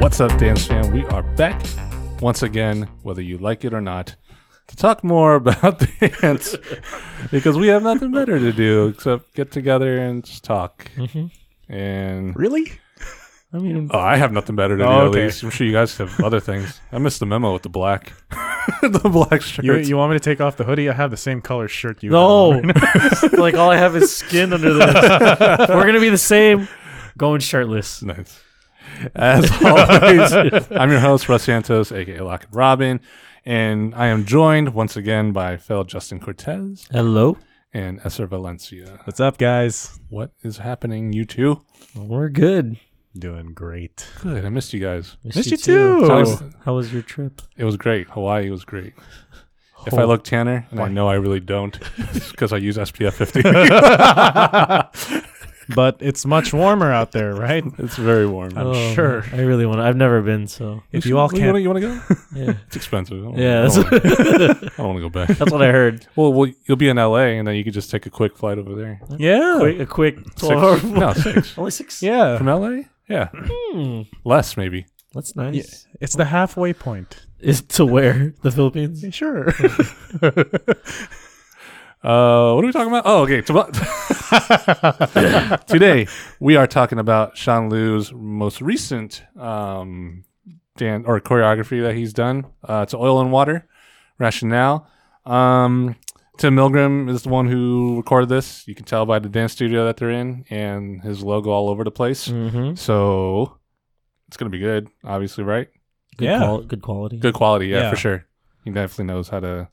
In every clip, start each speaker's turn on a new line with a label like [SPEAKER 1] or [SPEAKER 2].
[SPEAKER 1] What's up, Dance Fam? We are back once again, whether you like it or not, to talk more about dance because we have nothing better to do except get together and just talk.
[SPEAKER 2] Mm-hmm.
[SPEAKER 1] And
[SPEAKER 2] Really?
[SPEAKER 1] I mean, oh, I have nothing better to do.
[SPEAKER 2] Oh,
[SPEAKER 1] At
[SPEAKER 2] okay.
[SPEAKER 1] least I'm sure you guys have other things. I missed the memo with the black, the black shirt.
[SPEAKER 2] You, you want me to take off the hoodie? I have the same color shirt Oh, you
[SPEAKER 3] No,
[SPEAKER 2] have.
[SPEAKER 3] like all I have is skin under this. We're gonna be the same, going shirtless.
[SPEAKER 1] Nice. As always, I'm your host, Russ Santos, aka Lock and Robin, and I am joined once again by fellow Justin Cortez
[SPEAKER 3] Hello.
[SPEAKER 1] and Esser Valencia.
[SPEAKER 2] What's up, guys?
[SPEAKER 1] What is happening, you two?
[SPEAKER 3] We're good.
[SPEAKER 2] Doing great.
[SPEAKER 1] Good, I missed you guys.
[SPEAKER 2] Missed you too.
[SPEAKER 3] How was,
[SPEAKER 1] Thanks.
[SPEAKER 3] how was your trip?
[SPEAKER 1] It was great. Hawaii was great. If I look tanner, and I know I really don't, because I use SPF 50,
[SPEAKER 2] But it's much warmer out there, right?
[SPEAKER 1] it's very warm.
[SPEAKER 2] I'm sure.
[SPEAKER 3] Oh, I really want. to. I've never been, so
[SPEAKER 2] If you all
[SPEAKER 1] you
[SPEAKER 2] can't,
[SPEAKER 1] want to go?
[SPEAKER 3] yeah.
[SPEAKER 1] It's expensive. I don't-
[SPEAKER 3] Yeah,
[SPEAKER 1] I
[SPEAKER 3] that's,
[SPEAKER 1] don't,
[SPEAKER 3] that's
[SPEAKER 1] want to go back.
[SPEAKER 3] what I heard.
[SPEAKER 1] Well, well, you'll be in LA, and then you could just take a quick flight over there.
[SPEAKER 2] yeah,
[SPEAKER 3] Quick, a quick twelve.
[SPEAKER 1] Six, no, six.
[SPEAKER 3] Only six.
[SPEAKER 2] yeah.
[SPEAKER 1] From LA? Yeah.
[SPEAKER 2] Hmm.
[SPEAKER 1] Less, maybe.
[SPEAKER 3] That's nice.
[SPEAKER 2] It's the halfway point.
[SPEAKER 3] Is to where the Philippines?
[SPEAKER 2] Sure.
[SPEAKER 1] Uh, what are we talking about? Oh, okay. tomo- Today, we are talking about Sean Liu's most recent um, dan- or choreography that he's done. Uh, it's Oil and Water, Rationale. Um, Tim Milgram is the one who recorded this. You can tell by the dance studio that they're in and his logo all over the place.
[SPEAKER 3] Mm-hmm.
[SPEAKER 1] So it's going to be good, obviously, right?
[SPEAKER 3] Good
[SPEAKER 2] Yeah.
[SPEAKER 3] quali- good quality.
[SPEAKER 1] good quality yeah,
[SPEAKER 2] Yeah.
[SPEAKER 1] for sure he definitely knows how to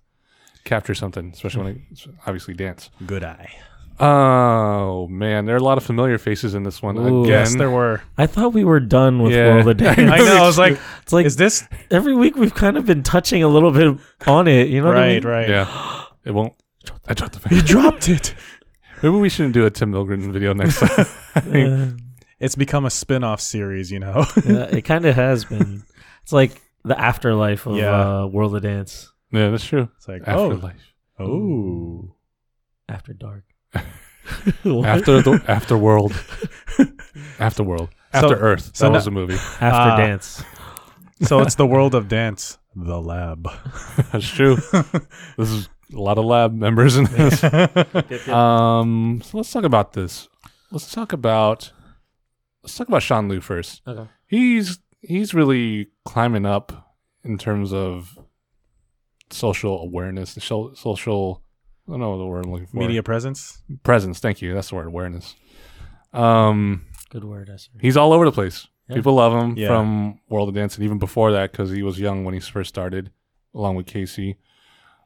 [SPEAKER 1] capture something especially when it's obviously dance
[SPEAKER 2] Good eye.
[SPEAKER 1] oh man there are a lot of familiar faces in this one
[SPEAKER 3] Ooh.
[SPEAKER 1] again
[SPEAKER 2] Yes, there were.
[SPEAKER 3] I thought we were done with
[SPEAKER 1] Yeah.
[SPEAKER 3] World of Dance.
[SPEAKER 2] I know. I was like,
[SPEAKER 3] It's like
[SPEAKER 2] is this
[SPEAKER 3] every week we've kind of been touching a little bit on it. You know what I
[SPEAKER 2] right?
[SPEAKER 3] mean?
[SPEAKER 2] Right.
[SPEAKER 1] yeah it won't I dropped the
[SPEAKER 2] He
[SPEAKER 1] fan.
[SPEAKER 2] dropped it.
[SPEAKER 1] Maybe we shouldn't do a Tim Milgren video next time.
[SPEAKER 3] Yeah.
[SPEAKER 2] It's become a spin-off series, you know.
[SPEAKER 3] Yeah, it kind of has been. It's like the afterlife of
[SPEAKER 2] Yeah.
[SPEAKER 3] uh, World of Dance
[SPEAKER 1] yeah, that's true.
[SPEAKER 2] It's like, oh,
[SPEAKER 1] Afterlife.
[SPEAKER 2] oh,
[SPEAKER 3] after dark. What?
[SPEAKER 1] After the after world. after world. After
[SPEAKER 2] So-
[SPEAKER 1] Earth.
[SPEAKER 2] so
[SPEAKER 1] that
[SPEAKER 2] no-
[SPEAKER 1] was a movie.
[SPEAKER 3] after
[SPEAKER 2] Ah.
[SPEAKER 3] dance.
[SPEAKER 2] so it's the world of dance, the lab.
[SPEAKER 1] That's true. this is a lot of lab members in this. Um, so let's talk about this. Let's talk about let's talk about Sean Liu first.
[SPEAKER 3] Okay.
[SPEAKER 1] He's he's really climbing up in terms of social awareness, so- social. I don't know the word I'm looking for.
[SPEAKER 2] Media presence.
[SPEAKER 1] presence. Thank you. That's the word. Awareness. Um,
[SPEAKER 3] Good word, Esther.
[SPEAKER 1] he's all over the place.
[SPEAKER 3] Yeah.
[SPEAKER 1] People love him
[SPEAKER 2] Yeah.
[SPEAKER 1] from World of Dance, and even before that, because he was young when he first started, along with Casey.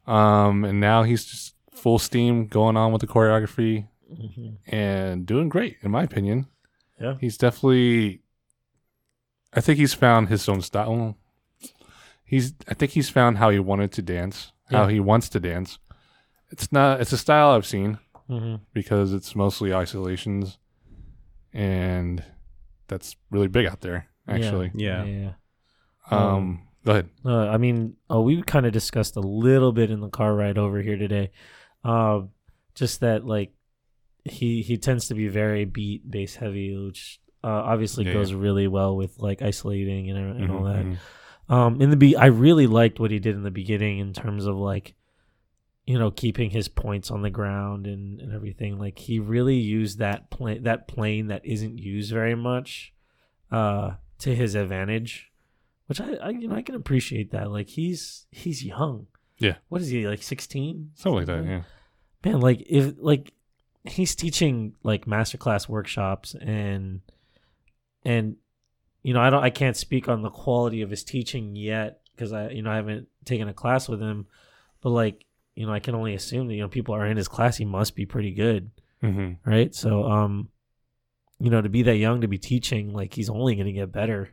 [SPEAKER 1] Um, and now he's just full steam going on with the choreography
[SPEAKER 3] Mhm.
[SPEAKER 1] and doing great, in my opinion.
[SPEAKER 3] Yeah.
[SPEAKER 1] He's definitely. I think he's found his own style. He's. I think he's found how he wanted to dance, how
[SPEAKER 3] Yeah.
[SPEAKER 1] he wants to dance. It's not. It's a style I've seen
[SPEAKER 3] Mhm.
[SPEAKER 1] because it's mostly isolations, and that's really big out there.
[SPEAKER 3] Yeah.
[SPEAKER 1] Actually,
[SPEAKER 2] Yeah.
[SPEAKER 3] yeah.
[SPEAKER 1] um, go ahead.
[SPEAKER 3] Uh, I mean, uh, we kind of discussed a little bit in the car ride over here today, um, just that like he he tends to be very beat bass heavy, which uh, obviously
[SPEAKER 1] Yeah,
[SPEAKER 3] goes really well with like isolating and, and all
[SPEAKER 1] Mhm,
[SPEAKER 3] that.
[SPEAKER 1] mhm.
[SPEAKER 3] Um, in the be, I really liked what he did in the beginning in terms of like, you know, keeping his points on the ground and, and everything. Like he really used that plane that plane that isn't used very much, uh, to his advantage, which I, I you know I can appreciate that. Like he's he's young.
[SPEAKER 1] Yeah.
[SPEAKER 3] What is he like? Sixteen.
[SPEAKER 1] Something like that. Yeah.
[SPEAKER 3] Man, like if like he's teaching like masterclass workshops and and you know, I don't I can't speak on the quality of his teaching yet because I you know I haven't taken a class with him, but like you know I can only assume that you know people are in his class. He must be pretty good,
[SPEAKER 1] hmm
[SPEAKER 3] right? So um, you know, to be that young to be teaching, like he's only going to get better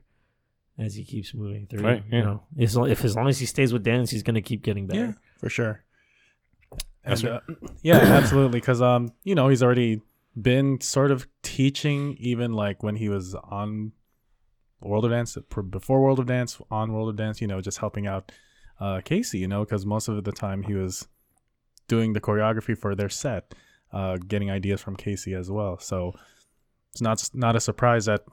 [SPEAKER 3] as he keeps moving through.
[SPEAKER 1] Right, yeah.
[SPEAKER 3] You know, as long, if as long as he stays with dance, he's going to keep getting better.
[SPEAKER 2] Yeah, for sure.
[SPEAKER 1] Yes,
[SPEAKER 2] And, uh, yeah, absolutely. Because um, you know, he's already been sort of teaching, even like when he was on World of Dance, pr- before World of Dance, on World of Dance. You know, just helping out uh, Casey. You know, because most of the time he was doing the choreography for their set, uh, getting ideas from Casey as well. So it's not not a surprise that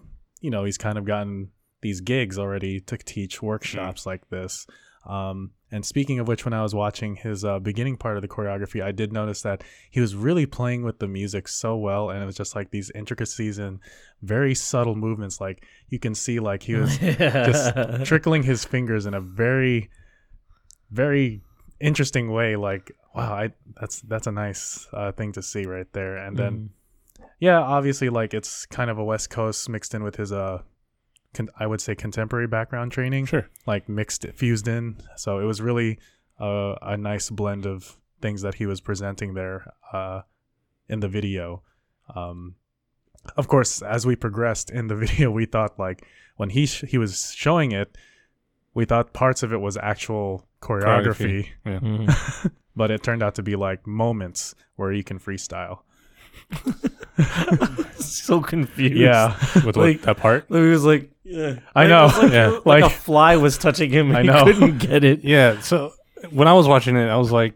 [SPEAKER 2] you know he's kind of gotten these gigs already to teach workshops like this. Um, and speaking of which, when I was watching his uh, beginning part of the choreography, I did notice that he was really playing with the music so well, and it was just like these intricacies and very subtle movements. Like you can see, like he was just trickling his fingers in a very, very interesting way. Like, wow, I, that's that's a nice uh, thing to see right there. And then yeah, obviously, like it's kind of a West Coast mixed in with his uh, con- I would say contemporary background
[SPEAKER 3] Mm.
[SPEAKER 2] training,
[SPEAKER 1] Sure.
[SPEAKER 2] like mixed fused in. So it was really uh, a nice blend of things that he was presenting there uh, in the video. Um, of course, as we progressed in the video, we thought like when he sh- he was showing it, we thought parts of it was actual choreography,
[SPEAKER 1] Yeah.
[SPEAKER 3] Mhm.
[SPEAKER 2] but it turned out to be like moments where you can freestyle.
[SPEAKER 3] so confused.
[SPEAKER 2] Yeah.
[SPEAKER 1] With
[SPEAKER 3] Like-
[SPEAKER 1] what, that part.
[SPEAKER 3] He was like, yeah.
[SPEAKER 2] I
[SPEAKER 3] Like,
[SPEAKER 2] know.
[SPEAKER 3] it's Like,
[SPEAKER 1] Yeah.
[SPEAKER 3] like, like
[SPEAKER 2] Like-
[SPEAKER 3] a fly was touching him. And
[SPEAKER 2] I
[SPEAKER 3] I
[SPEAKER 2] know.
[SPEAKER 3] He couldn't get it.
[SPEAKER 1] Yeah. So when I was watching it, I was like,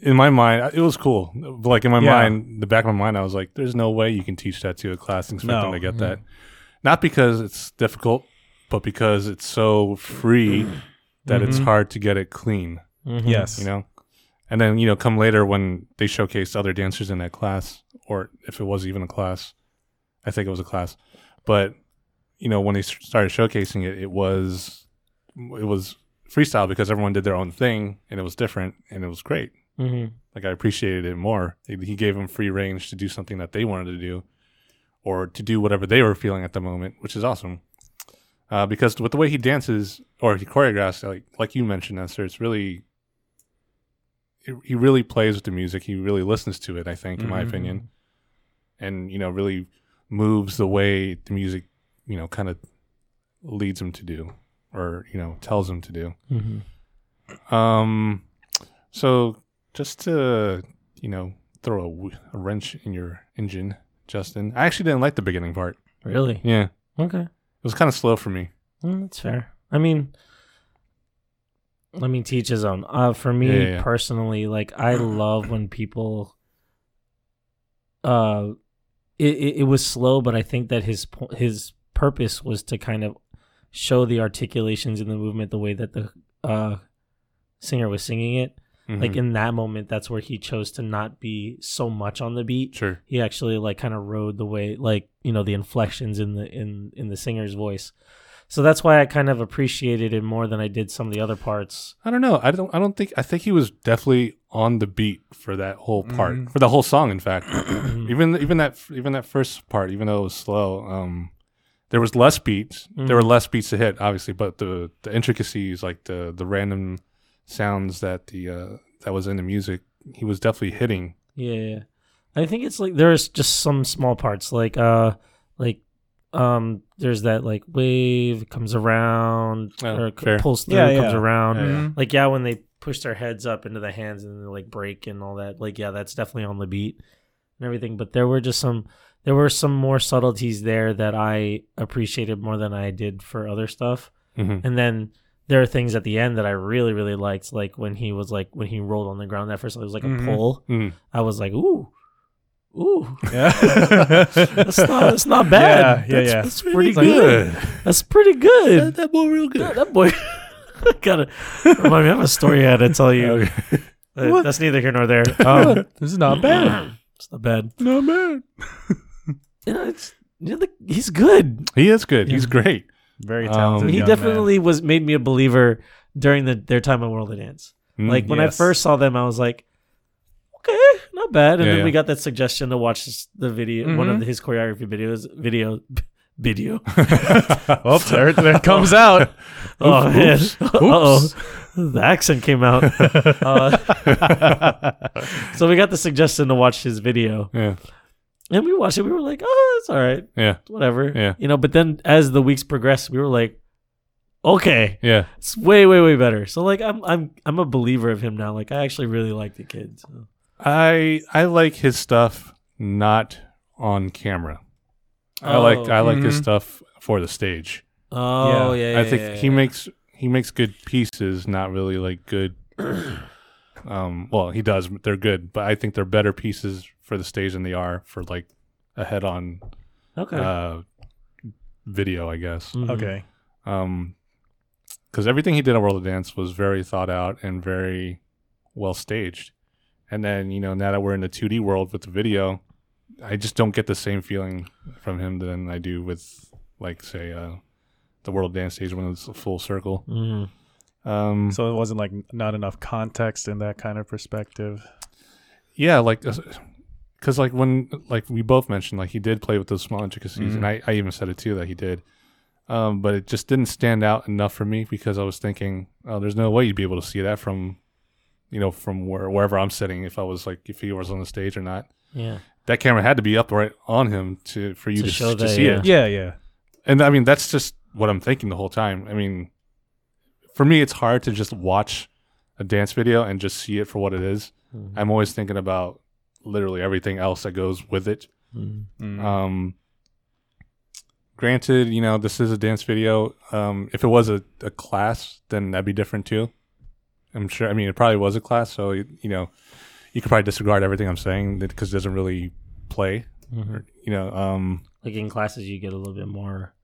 [SPEAKER 1] in my mind, it was cool. Like in my
[SPEAKER 2] Yeah.
[SPEAKER 1] mind, the back of my mind, I was like, there's no way you can teach that to a class and expect
[SPEAKER 2] No. Mm-hmm.
[SPEAKER 1] them to get that. Not because it's difficult, but because it's so free that it's
[SPEAKER 2] Mhm.
[SPEAKER 1] hard to get it clean,
[SPEAKER 3] Mhm.
[SPEAKER 2] Yes.
[SPEAKER 1] you know? And then, you know, come later when they showcased other dancers in that class, or if it was even a class, I think it was a class. But, you know, when they s- started showcasing it, it was, it was freestyle because everyone did their own thing and it was different and it was great
[SPEAKER 3] Mhm.
[SPEAKER 1] like I appreciated it more. He gave them free range to do something that they wanted to do, or to do whatever they were feeling at the moment, which is awesome. Uh, because with the way he dances or he choreographs, like like you mentioned, Esther, it's really it- he really plays with the music. He really listens to it. I think, in my
[SPEAKER 2] Mhm.
[SPEAKER 1] opinion, and you know, really moves the way the music, you know, kind of leads him to do, or you know, tells him to do.
[SPEAKER 3] Mhm.
[SPEAKER 1] Um, so just to you know throw a, w- a wrench in your engine, Justin. I actually didn't like the beginning part.
[SPEAKER 3] Really?
[SPEAKER 1] Yeah, it
[SPEAKER 3] Okay.
[SPEAKER 1] was kind of slow for me.
[SPEAKER 3] Mm, that's fair. I mean, let me teach his own. Uh, for me
[SPEAKER 1] Yeah, yeah, yeah.
[SPEAKER 3] personally, like I love when people. Uh, it, it it was slow, but I think that his po- his purpose was to kind of show the articulations in the movement the way that the uh singer was singing it. Like
[SPEAKER 1] Mhm.
[SPEAKER 3] in that moment, that's where he chose to not be so much on the beat
[SPEAKER 1] sure,
[SPEAKER 3] he actually like kind of rode the way like you know the inflections in the in in the singer's voice so that's why i kind of appreciated it more than i did some of the other parts
[SPEAKER 1] I don't know. I don't. I don't think. I think he was definitely on the beat for that whole part,
[SPEAKER 2] Mhm.
[SPEAKER 1] for the whole song. In fact,
[SPEAKER 3] Mhm.
[SPEAKER 1] even even that even that first part, even though it was slow, um, there was less beats. There were less beats to hit, obviously, but the the intricacies, like the the random sounds that the uh, that was in the music, he was definitely hitting.
[SPEAKER 3] yeah, yeah. i think it's like there's just some small parts like uh like um there's that like wave comes around
[SPEAKER 1] Oh,
[SPEAKER 3] or c-
[SPEAKER 1] fair.
[SPEAKER 3] pulls through
[SPEAKER 2] Yeah,
[SPEAKER 3] comes
[SPEAKER 2] yeah.
[SPEAKER 3] around
[SPEAKER 1] Yeah, yeah.
[SPEAKER 3] like yeah when they push their heads up into the hands and they like break and all that like yeah that's definitely on the beat and everything but there were just some there were some more subtleties there that i appreciated more than i did for other stuff
[SPEAKER 1] Mhm.
[SPEAKER 3] and then there are things at the end that i really really liked like when he was like when he rolled on the ground that first it was like
[SPEAKER 2] Mhm.
[SPEAKER 3] a pull
[SPEAKER 1] Mm.
[SPEAKER 3] i was like ooh ooh
[SPEAKER 2] Yeah.
[SPEAKER 3] that's not that's not bad
[SPEAKER 2] Yeah, yeah,
[SPEAKER 3] that's,
[SPEAKER 2] yeah.
[SPEAKER 3] that's pretty
[SPEAKER 2] It's like,
[SPEAKER 3] good that's pretty good
[SPEAKER 1] that boy real good.
[SPEAKER 3] that, that boy gotta remind me I have a story I had to tell you. Uh,
[SPEAKER 2] What?
[SPEAKER 3] that's neither here nor there. Um,
[SPEAKER 2] this is not bad.
[SPEAKER 3] it's not bad.
[SPEAKER 2] Not bad.
[SPEAKER 3] You know, it's you know, the- he's good.
[SPEAKER 1] He is good.
[SPEAKER 3] Yeah.
[SPEAKER 1] He's great.
[SPEAKER 2] Very
[SPEAKER 1] Um,
[SPEAKER 2] talented.
[SPEAKER 1] Good
[SPEAKER 3] he
[SPEAKER 2] young
[SPEAKER 3] definitely was made me a believer during the their time on World of Dance.
[SPEAKER 1] Mm.
[SPEAKER 3] Like when
[SPEAKER 2] yes.
[SPEAKER 3] I first saw them, I was like, okay, not bad. And
[SPEAKER 1] Yeah,
[SPEAKER 3] then we
[SPEAKER 1] yeah.
[SPEAKER 3] got that suggestion to watch this- the video, one of
[SPEAKER 2] Mhm.
[SPEAKER 3] his choreography videos, video, video.
[SPEAKER 2] man. Well, there, there it comes out.
[SPEAKER 3] oh man,
[SPEAKER 1] oops,
[SPEAKER 3] oh, the accent came out. Uh, so we got the suggestion to watch his video,
[SPEAKER 1] yeah,
[SPEAKER 3] and we watched it. We were like, oh, it's all right.
[SPEAKER 1] yeah,
[SPEAKER 3] whatever.
[SPEAKER 1] Yeah.
[SPEAKER 3] You know, but then as the weeks progressed, we were like, okay,
[SPEAKER 1] yeah.
[SPEAKER 3] it's way, way, way better. So like I'm I'm I'm a believer of him now. Like I actually really like the kid. So.
[SPEAKER 1] I I like his stuff not on camera. I like I like his
[SPEAKER 2] Mhm.
[SPEAKER 1] stuff for the stage.
[SPEAKER 3] mm-hmm. Oh yeah, yeah
[SPEAKER 1] I think
[SPEAKER 3] yeah,
[SPEAKER 1] he
[SPEAKER 3] yeah.
[SPEAKER 1] makes he makes good pieces, not really like good. um, well, he does. They're good, but I think they're better pieces for the stage than they are for like a head-on
[SPEAKER 3] Okay.
[SPEAKER 1] uh, video. I guess.
[SPEAKER 3] Mhm.
[SPEAKER 2] Okay.
[SPEAKER 1] Um, because everything he did on World of Dance was very thought out and very well staged. And then you know now that we're in the 2D world with the video, I just don't get the same feeling from him than I do with like say uh, the World of Dance stage when it's a full circle.
[SPEAKER 3] Mm.
[SPEAKER 1] Um,
[SPEAKER 2] So it wasn't like not enough context in that kind of perspective.
[SPEAKER 1] yeah like because like when like we both mentioned like he did play with those small intricacies and
[SPEAKER 3] Mm.
[SPEAKER 1] I, I even said it too that he did um, but it just didn't stand out enough for me because i was thinking oh there's no way you'd be able to see that from you know from where, wherever i'm sitting if i was like if he was on the stage or not
[SPEAKER 3] Yeah.
[SPEAKER 1] that camera had to be up right on him to for you
[SPEAKER 3] To
[SPEAKER 1] to,
[SPEAKER 3] show
[SPEAKER 1] show to
[SPEAKER 3] that,
[SPEAKER 1] see
[SPEAKER 3] yeah.
[SPEAKER 1] it
[SPEAKER 2] Yeah, yeah.
[SPEAKER 1] and i mean that's just what i'm thinking the whole time i mean for me it's hard to just watch a dance video and just see it for what it is
[SPEAKER 3] Mhm.
[SPEAKER 1] i'm always thinking about literally everything else that goes with it
[SPEAKER 3] Mm.
[SPEAKER 2] Mm.
[SPEAKER 1] um, granted, you know, this is a dance video. Um, if it was a, a class, then that'd be different too. I'm sure. I mean, it probably was a class, so you, you know, you could probably disregard everything I'm saying because it doesn't really play.
[SPEAKER 3] Mhm.
[SPEAKER 1] You know, um,
[SPEAKER 3] Like in classes, you get a little bit more.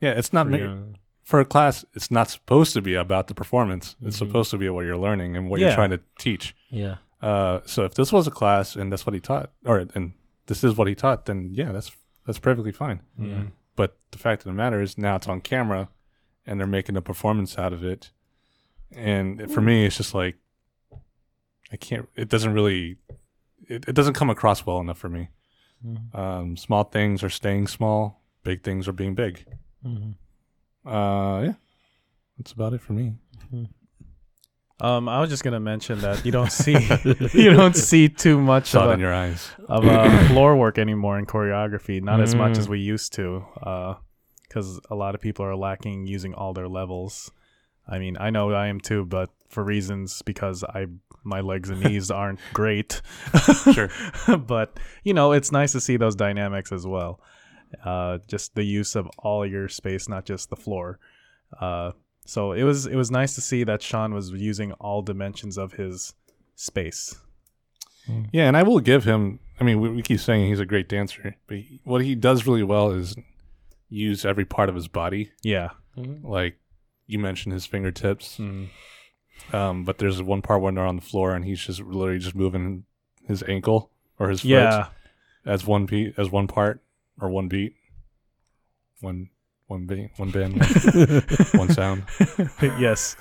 [SPEAKER 1] yeah, it's not
[SPEAKER 3] for
[SPEAKER 1] ma-
[SPEAKER 3] your-
[SPEAKER 1] for a class. It's not supposed to be about the performance. It's
[SPEAKER 3] Mhm.
[SPEAKER 1] supposed to be what you're learning and what
[SPEAKER 2] Yeah.
[SPEAKER 1] you're trying to teach.
[SPEAKER 3] yeah.
[SPEAKER 1] Uh, so if this was a class and that's what he taught, or and this is what he taught, then yeah, that's that's perfectly fine.
[SPEAKER 3] Yeah.
[SPEAKER 1] But the fact of the matter is now it's on camera and they're making a performance out of it. And for me, it's just like, I can't, it doesn't really, it, it doesn't come across well enough for me.
[SPEAKER 3] Mhm.
[SPEAKER 1] Um, small things are staying small, big things are being big. Mm-hmm.
[SPEAKER 3] Mhm.
[SPEAKER 1] Uh, yeah. That's about it for me.
[SPEAKER 2] Um, I was just gonna mention that you don't see you don't see too much
[SPEAKER 1] Saw it
[SPEAKER 2] of
[SPEAKER 1] in
[SPEAKER 2] a,
[SPEAKER 1] your eyes.
[SPEAKER 2] of uh, floor work anymore in choreography. Not as much
[SPEAKER 1] Mm.
[SPEAKER 2] as we used to, because a lot of people are lacking using all their levels. I mean, I know I am too, but for reasons because I my legs and knees aren't great.
[SPEAKER 1] Sure.
[SPEAKER 2] but you know, it's nice to see those dynamics as well. Uh, just the use of all your space, not just the floor. Uh, so it was it was nice to see that Sean was using all dimensions of his space.
[SPEAKER 1] Yeah, and I will give him. I mean, we, we keep saying he's a great dancer, but he, what he does really well is use every part of his body.
[SPEAKER 2] Yeah.
[SPEAKER 1] Like you mentioned, his fingertips.
[SPEAKER 2] Mm.
[SPEAKER 1] Um, but there's one part when they're on the floor and he's just literally just moving his ankle or his foot
[SPEAKER 2] Yeah.
[SPEAKER 1] as one beat as one part or one beat, one one beat one band one sound
[SPEAKER 2] yes.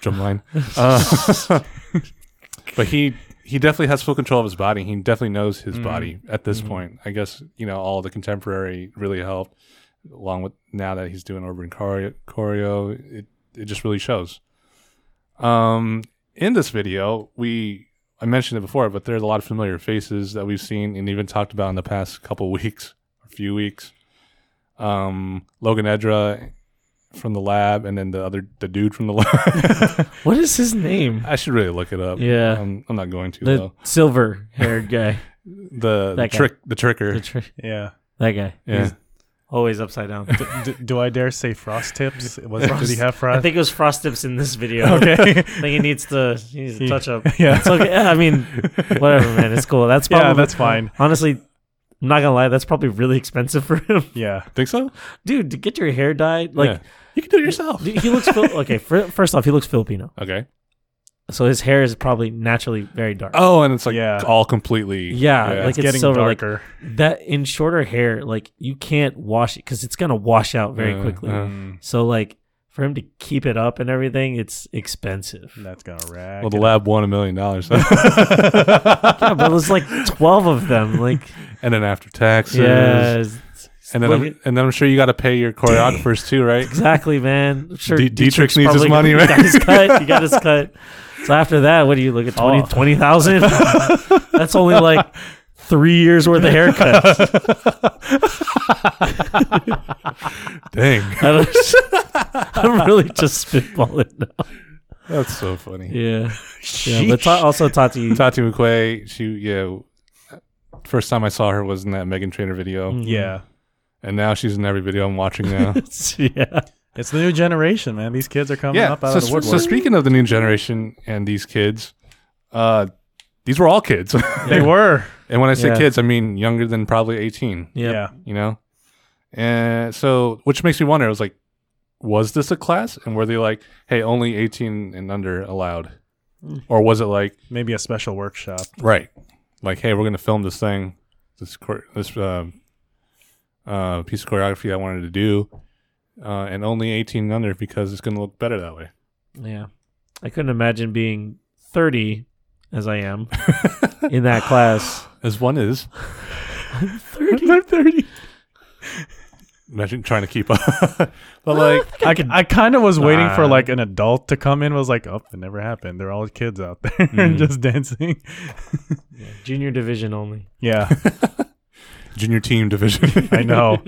[SPEAKER 1] drumline. Uh, but he he definitely has full control of his body. He definitely knows his
[SPEAKER 2] Mhm.
[SPEAKER 1] body at this
[SPEAKER 3] Mhm.
[SPEAKER 1] point. I guess you know all the contemporary really helped, along with now that he's doing urban choreo. choreo it it just really shows. Um, in this video, we I mentioned it before, but there's a lot of familiar faces that we've seen and even talked about in the past couple weeks, a few weeks. Um, Logan Edra from the lab, and then the other the dude from the lab.
[SPEAKER 3] What is his name?
[SPEAKER 1] I should really look it up. Um,
[SPEAKER 3] Yeah.
[SPEAKER 1] I'm, I'm not going to
[SPEAKER 3] The
[SPEAKER 1] though.
[SPEAKER 3] silver haired guy.
[SPEAKER 1] The, the
[SPEAKER 3] that guy.
[SPEAKER 1] trick, the tricker.
[SPEAKER 3] The tr-
[SPEAKER 2] Yeah.
[SPEAKER 3] that guy.
[SPEAKER 1] yeah.
[SPEAKER 3] He's always upside down.
[SPEAKER 2] D- d- do I dare say frost tips? Was did he have frost?
[SPEAKER 3] I think it was frost tips in this video.
[SPEAKER 2] okay.
[SPEAKER 3] I think he needs to he needs to
[SPEAKER 2] He-
[SPEAKER 3] touch up.
[SPEAKER 2] yeah.
[SPEAKER 3] It's okay. Yeah, I mean, whatever, man. It's cool. That's probably
[SPEAKER 2] yeah, that's fine.
[SPEAKER 3] honestly. I'm not gonna lie. That's probably really expensive for him,
[SPEAKER 2] Yeah.
[SPEAKER 1] Think so?
[SPEAKER 3] dude. To get your hair dyed, like
[SPEAKER 1] Yeah. you can do it yourself.
[SPEAKER 3] dude, he looks. Fil- okay, fir- first off, he looks Filipino,
[SPEAKER 1] Okay.
[SPEAKER 3] so his hair is probably naturally very
[SPEAKER 2] Uh,
[SPEAKER 3] dark.
[SPEAKER 1] Oh, and it's like
[SPEAKER 2] Yeah.
[SPEAKER 1] all completely.
[SPEAKER 3] Yeah, like
[SPEAKER 2] It's,
[SPEAKER 3] it's
[SPEAKER 2] getting
[SPEAKER 3] silver, like-
[SPEAKER 2] darker.
[SPEAKER 3] That in shorter hair, like you can't wash it because it's gonna wash out very
[SPEAKER 1] Uh,
[SPEAKER 3] quickly.
[SPEAKER 1] uh.
[SPEAKER 2] Mm,
[SPEAKER 3] So like for him to keep it up and everything, it's expensive.
[SPEAKER 2] that's gonna rag.
[SPEAKER 1] well, the
[SPEAKER 2] it
[SPEAKER 1] lab won a million dollars,
[SPEAKER 3] yeah, but there's like twelve of them. Like
[SPEAKER 1] and then after taxes,
[SPEAKER 3] yeah, it's- it's
[SPEAKER 1] and then
[SPEAKER 3] like-
[SPEAKER 1] I'm, and then I'm sure you got to pay your choreographers too, right?
[SPEAKER 3] Exactly, man. I'm Sure,
[SPEAKER 1] D-
[SPEAKER 3] Dietrich's
[SPEAKER 1] Dietrich needs his
[SPEAKER 3] probably-
[SPEAKER 1] money,
[SPEAKER 3] he
[SPEAKER 1] right?
[SPEAKER 3] Got his cut. He got his cut. So after that, what do you look at? 20
[SPEAKER 2] Oh.
[SPEAKER 3] 20,000? That's only like three years worth of haircuts.
[SPEAKER 1] Dang,
[SPEAKER 3] I don't, I'm really just spitballing now.
[SPEAKER 1] that's so funny.
[SPEAKER 3] Yeah. yeah but ta- also, Tati.
[SPEAKER 1] Tati McQuay, she yeah. First time I saw her was in that Megan Trainor video,
[SPEAKER 3] Mm.
[SPEAKER 2] yeah.
[SPEAKER 1] and now she's in every video I'm watching now.
[SPEAKER 3] yeah.
[SPEAKER 2] It's the new generation, man. These kids are coming
[SPEAKER 1] yeah.
[SPEAKER 2] up out
[SPEAKER 1] so,
[SPEAKER 2] of the
[SPEAKER 1] so
[SPEAKER 2] woodwork.
[SPEAKER 1] speaking of the new generation and these kids, uh, these were all kids.
[SPEAKER 2] they were.
[SPEAKER 1] and when I say
[SPEAKER 3] Yeah.
[SPEAKER 1] kids, I mean younger than probably 18,
[SPEAKER 3] Yeah.
[SPEAKER 2] Yeah.
[SPEAKER 1] you know? And so, which makes me wonder, I was like, was this a class? And were they like, hey, only 18 and under allowed?
[SPEAKER 2] Hmm.
[SPEAKER 1] Or was it like,
[SPEAKER 2] Maybe a special workshop.
[SPEAKER 1] right, like, hey, we're going to film this thing, this chor- this um, uh, piece of choreography I wanted to do, uh, and only 18 and under because it's going to look better that way.
[SPEAKER 3] Yeah. I couldn't imagine being 30 as I am in that class.
[SPEAKER 1] As one is,
[SPEAKER 3] 30.
[SPEAKER 2] I'm 30.
[SPEAKER 1] imagine trying to keep up. but like,
[SPEAKER 2] I, I kind of was waiting for
[SPEAKER 3] Nah.
[SPEAKER 2] like an adult to come in. Was like, oh, it never happened. They're all kids out there
[SPEAKER 3] Mm-hmm.
[SPEAKER 2] just dancing.
[SPEAKER 3] Yeah, junior division only.
[SPEAKER 2] Yeah,
[SPEAKER 1] junior team division.
[SPEAKER 2] I know.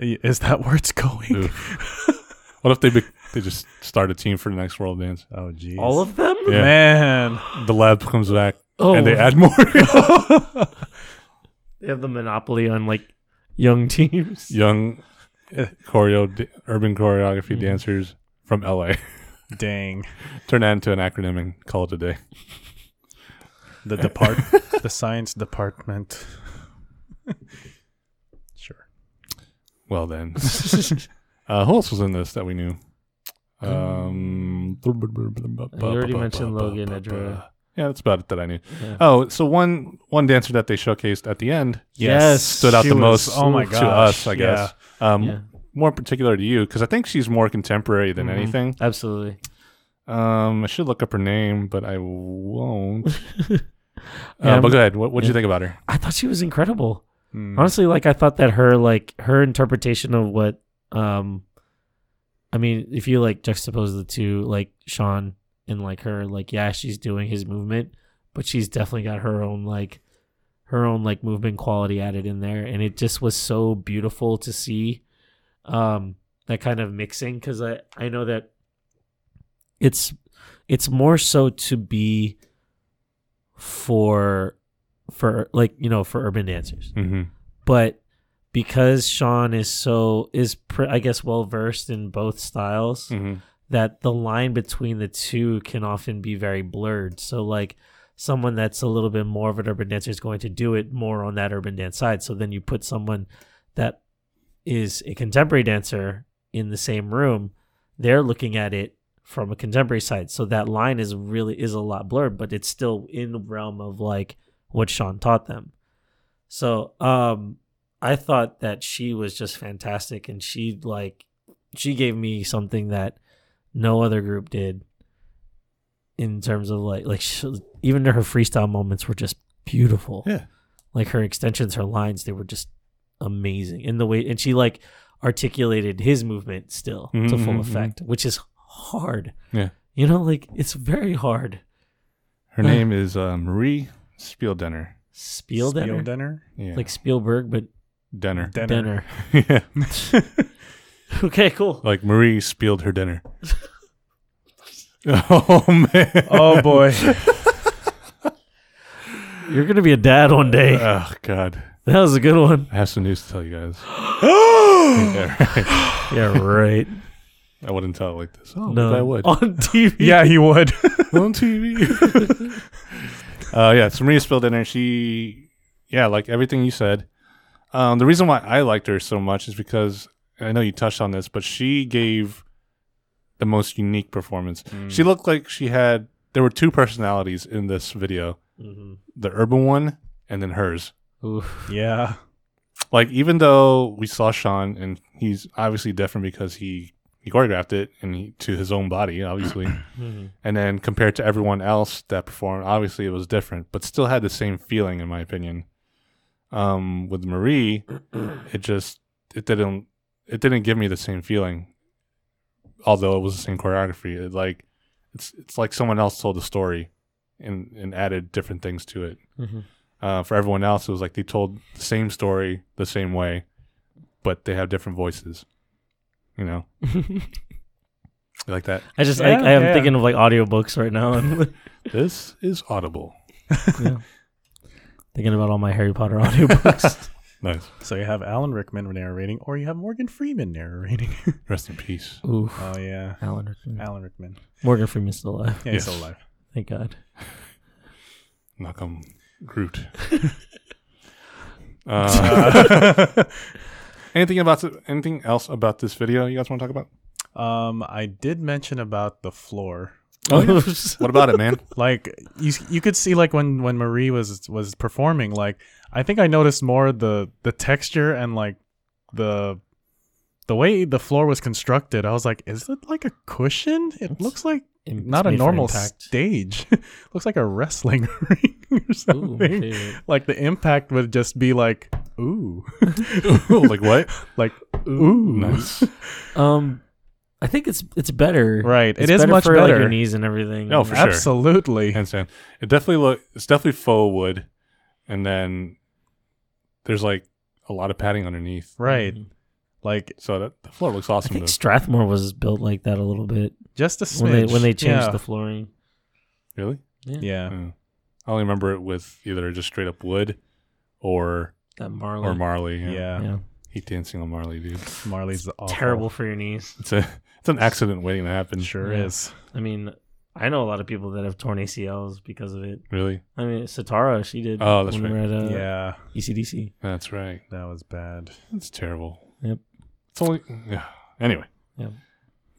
[SPEAKER 2] I- Is that where it's going?
[SPEAKER 1] Oof. what if they be- they just start a team for the next world dance?
[SPEAKER 2] Oh, geez.
[SPEAKER 3] All of them?
[SPEAKER 1] Yeah.
[SPEAKER 2] man.
[SPEAKER 1] The lab comes back
[SPEAKER 3] Oh,
[SPEAKER 1] and
[SPEAKER 3] they,
[SPEAKER 1] they add more.
[SPEAKER 3] have the monopoly on like young teams.
[SPEAKER 1] young eh, choreo d- urban choreography
[SPEAKER 3] Mhm.
[SPEAKER 1] dancers from LA.
[SPEAKER 2] Dang.
[SPEAKER 1] Turn that into an acronym and call it a day.
[SPEAKER 2] The depart, the science department. sure.
[SPEAKER 1] Well then, uh, who else was in this that we knew? Um,
[SPEAKER 3] You already mentioned Logan Edra.
[SPEAKER 1] Yeah, that's about it that I knew.
[SPEAKER 3] Yeah.
[SPEAKER 1] Oh, so one one dancer that they showcased at the end
[SPEAKER 3] Yes.
[SPEAKER 1] stood out
[SPEAKER 2] She
[SPEAKER 1] the
[SPEAKER 2] was-
[SPEAKER 1] most
[SPEAKER 2] oh my
[SPEAKER 1] to us,
[SPEAKER 2] gosh,
[SPEAKER 1] I guess. Um,
[SPEAKER 3] Yeah.
[SPEAKER 1] More particular to you, because I think she's more contemporary than
[SPEAKER 3] Mhm.
[SPEAKER 1] anything.
[SPEAKER 3] Absolutely.
[SPEAKER 1] Um, I should look up her name, but I won't.
[SPEAKER 3] Yeah,
[SPEAKER 1] uh, but
[SPEAKER 3] I'm-
[SPEAKER 1] go ahead. What did you
[SPEAKER 3] Um, yeah.
[SPEAKER 1] think about her? Hmm.
[SPEAKER 3] I thought she was incredible.
[SPEAKER 2] Mm.
[SPEAKER 3] Honestly, like I thought that her like her interpretation of what um I mean, if you like juxtapose the two, like Sean and like her, like yeah, she's doing his movement, but she's definitely got her own like her own like movement quality added in there and it just was so beautiful to see um that kind of mixing cuz I I know that it's it's more so to be for for like you know for urban dancers
[SPEAKER 1] Mm-hmm.
[SPEAKER 3] but because Sean is so is pr- I guess well versed in both styles
[SPEAKER 1] Mm-hmm.
[SPEAKER 3] that the line between the two can often be very blurred. So like someone that's a little bit more of an urban dancer is going to do it more on that urban dance side. So then you put someone that is a contemporary dancer in the same room, they're looking at it from a contemporary side. So that line is really is a lot blurred, but it's still in the realm of like what Sean taught them. So um I thought that she was just fantastic and she like she gave me something that no other group did in terms of like like sh even her freestyle moments were just beautiful
[SPEAKER 1] Yeah.
[SPEAKER 3] like her extensions her lines they were just amazing and the way and she like articulated his movement still to
[SPEAKER 1] Mhm, mhm,
[SPEAKER 3] full effect which is hard
[SPEAKER 1] Yeah.
[SPEAKER 3] you know like it's very hard
[SPEAKER 1] Her name is uh, Marie Spieldenner.
[SPEAKER 3] Spieldenner
[SPEAKER 2] Spieldenner?
[SPEAKER 1] Yeah.
[SPEAKER 3] like Spielberg but
[SPEAKER 1] Denner.
[SPEAKER 3] Denner
[SPEAKER 2] Denner.
[SPEAKER 1] yeah.
[SPEAKER 3] okay cool
[SPEAKER 1] Like Marie spilled her dinner. oh man.
[SPEAKER 2] Oh boy.
[SPEAKER 3] you're gonna be a dad one day
[SPEAKER 2] Uh,
[SPEAKER 1] Oh god.
[SPEAKER 3] that was a good one
[SPEAKER 1] I have some news to tell you guys. Yeah, right.
[SPEAKER 3] yeah right
[SPEAKER 1] I wouldn't tell it like this. Oh,
[SPEAKER 3] no
[SPEAKER 1] but I would.
[SPEAKER 3] on TV
[SPEAKER 2] yeah, he would.
[SPEAKER 1] on TV. uh, yeah, so Maria spilled in there. She, yeah, like everything you said. Um, the reason why I liked her so much is because and I know you touched on this, but she gave the most unique performance.
[SPEAKER 3] Mm.
[SPEAKER 1] She looked like she had. There were two personalities in this video:
[SPEAKER 3] Mhm.
[SPEAKER 1] the urban one and then hers.
[SPEAKER 3] Oof.
[SPEAKER 2] yeah.
[SPEAKER 1] Like even though we saw Sean and he's obviously different because he he choreographed it and he, to his own body, obviously.
[SPEAKER 3] Mhm.
[SPEAKER 1] and then compared to everyone else that performed obviously it was different but still had the same feeling in my opinion um with marie it just it didn't it didn't give me the same feeling although it was the same choreography it like it's it's like someone else told the story and and added different things to it
[SPEAKER 3] Mhm.
[SPEAKER 1] uh, for everyone else it was like they told the same story the same way but they have different voices you know You like that
[SPEAKER 3] I just
[SPEAKER 2] Yeah,
[SPEAKER 3] I, I am
[SPEAKER 2] yeah.
[SPEAKER 3] thinking of like audiobooks right now. I'm
[SPEAKER 1] this is audible
[SPEAKER 3] thinking about all my Harry Potter audiobooks.
[SPEAKER 1] nice
[SPEAKER 2] So you have Alan Rickman narrating, or you have Morgan Freeman narrating.
[SPEAKER 1] rest in peace
[SPEAKER 3] Ooh,
[SPEAKER 2] oh yeah,
[SPEAKER 3] Alan Rickman.
[SPEAKER 2] Alan Rickman.
[SPEAKER 3] Morgan Freeman's still alive.
[SPEAKER 2] Yeah,
[SPEAKER 1] Yes.
[SPEAKER 2] he's still alive.
[SPEAKER 3] Thank God.
[SPEAKER 1] Knock 'em Groot. uh, Anything about anything else about this video you guys want to talk about?
[SPEAKER 2] Um, I did mention about the floor.
[SPEAKER 1] What about it, man?
[SPEAKER 2] Like you, you could see like when when Marie was was performing. Like I think I noticed more the the texture and like the the way the floor was constructed. I was like, is it like a cushion? It looks like
[SPEAKER 3] It's
[SPEAKER 2] not a
[SPEAKER 3] made for
[SPEAKER 2] normal
[SPEAKER 3] impact.
[SPEAKER 2] stage. looks like a wrestling ring or
[SPEAKER 3] Ooh,
[SPEAKER 2] something.
[SPEAKER 3] my favorite.
[SPEAKER 2] like the impact would just be like ooh
[SPEAKER 1] like what?
[SPEAKER 2] like ooh
[SPEAKER 1] Nice.
[SPEAKER 3] um, I think it's it's better.
[SPEAKER 2] right
[SPEAKER 3] It's
[SPEAKER 2] it is
[SPEAKER 3] better
[SPEAKER 2] much
[SPEAKER 3] for like,
[SPEAKER 2] better
[SPEAKER 3] your knees and everything.
[SPEAKER 1] Oh, for sure.
[SPEAKER 2] absolutely
[SPEAKER 1] Handstand. It definitely look. It's definitely faux wood, and then there's like a lot of padding underneath.
[SPEAKER 2] right
[SPEAKER 3] mm-hmm.
[SPEAKER 2] like
[SPEAKER 1] So that the floor looks
[SPEAKER 3] I
[SPEAKER 1] awesome.
[SPEAKER 3] think
[SPEAKER 1] Though.
[SPEAKER 3] Strathmore was built like that a little bit
[SPEAKER 2] just a
[SPEAKER 3] when they
[SPEAKER 2] smidge
[SPEAKER 3] when they changed
[SPEAKER 2] yeah.
[SPEAKER 3] the flooring.
[SPEAKER 1] Really?
[SPEAKER 2] yeah
[SPEAKER 1] Yeah. I only remember it with either just straight up wood or
[SPEAKER 3] That Marley.
[SPEAKER 1] or Marley.
[SPEAKER 2] yeah,
[SPEAKER 3] Yeah.
[SPEAKER 1] Hate dancing on Marley, dude.
[SPEAKER 2] marley's awful.
[SPEAKER 3] Terrible for your knees.
[SPEAKER 1] It's a it's an accident waiting to happen.
[SPEAKER 2] sure
[SPEAKER 3] Yeah.
[SPEAKER 2] is
[SPEAKER 3] I mean, I know a lot of people that have torn ACLs because of it.
[SPEAKER 1] Really?
[SPEAKER 3] I mean, Satara, she did.
[SPEAKER 1] Oh, that's
[SPEAKER 3] when we were at, uh,
[SPEAKER 2] yeah
[SPEAKER 3] ECDC.
[SPEAKER 1] That's right.
[SPEAKER 2] that was bad
[SPEAKER 1] That's terrible.
[SPEAKER 3] Yep.
[SPEAKER 1] It's only yeah. Anyway.
[SPEAKER 3] Yeah.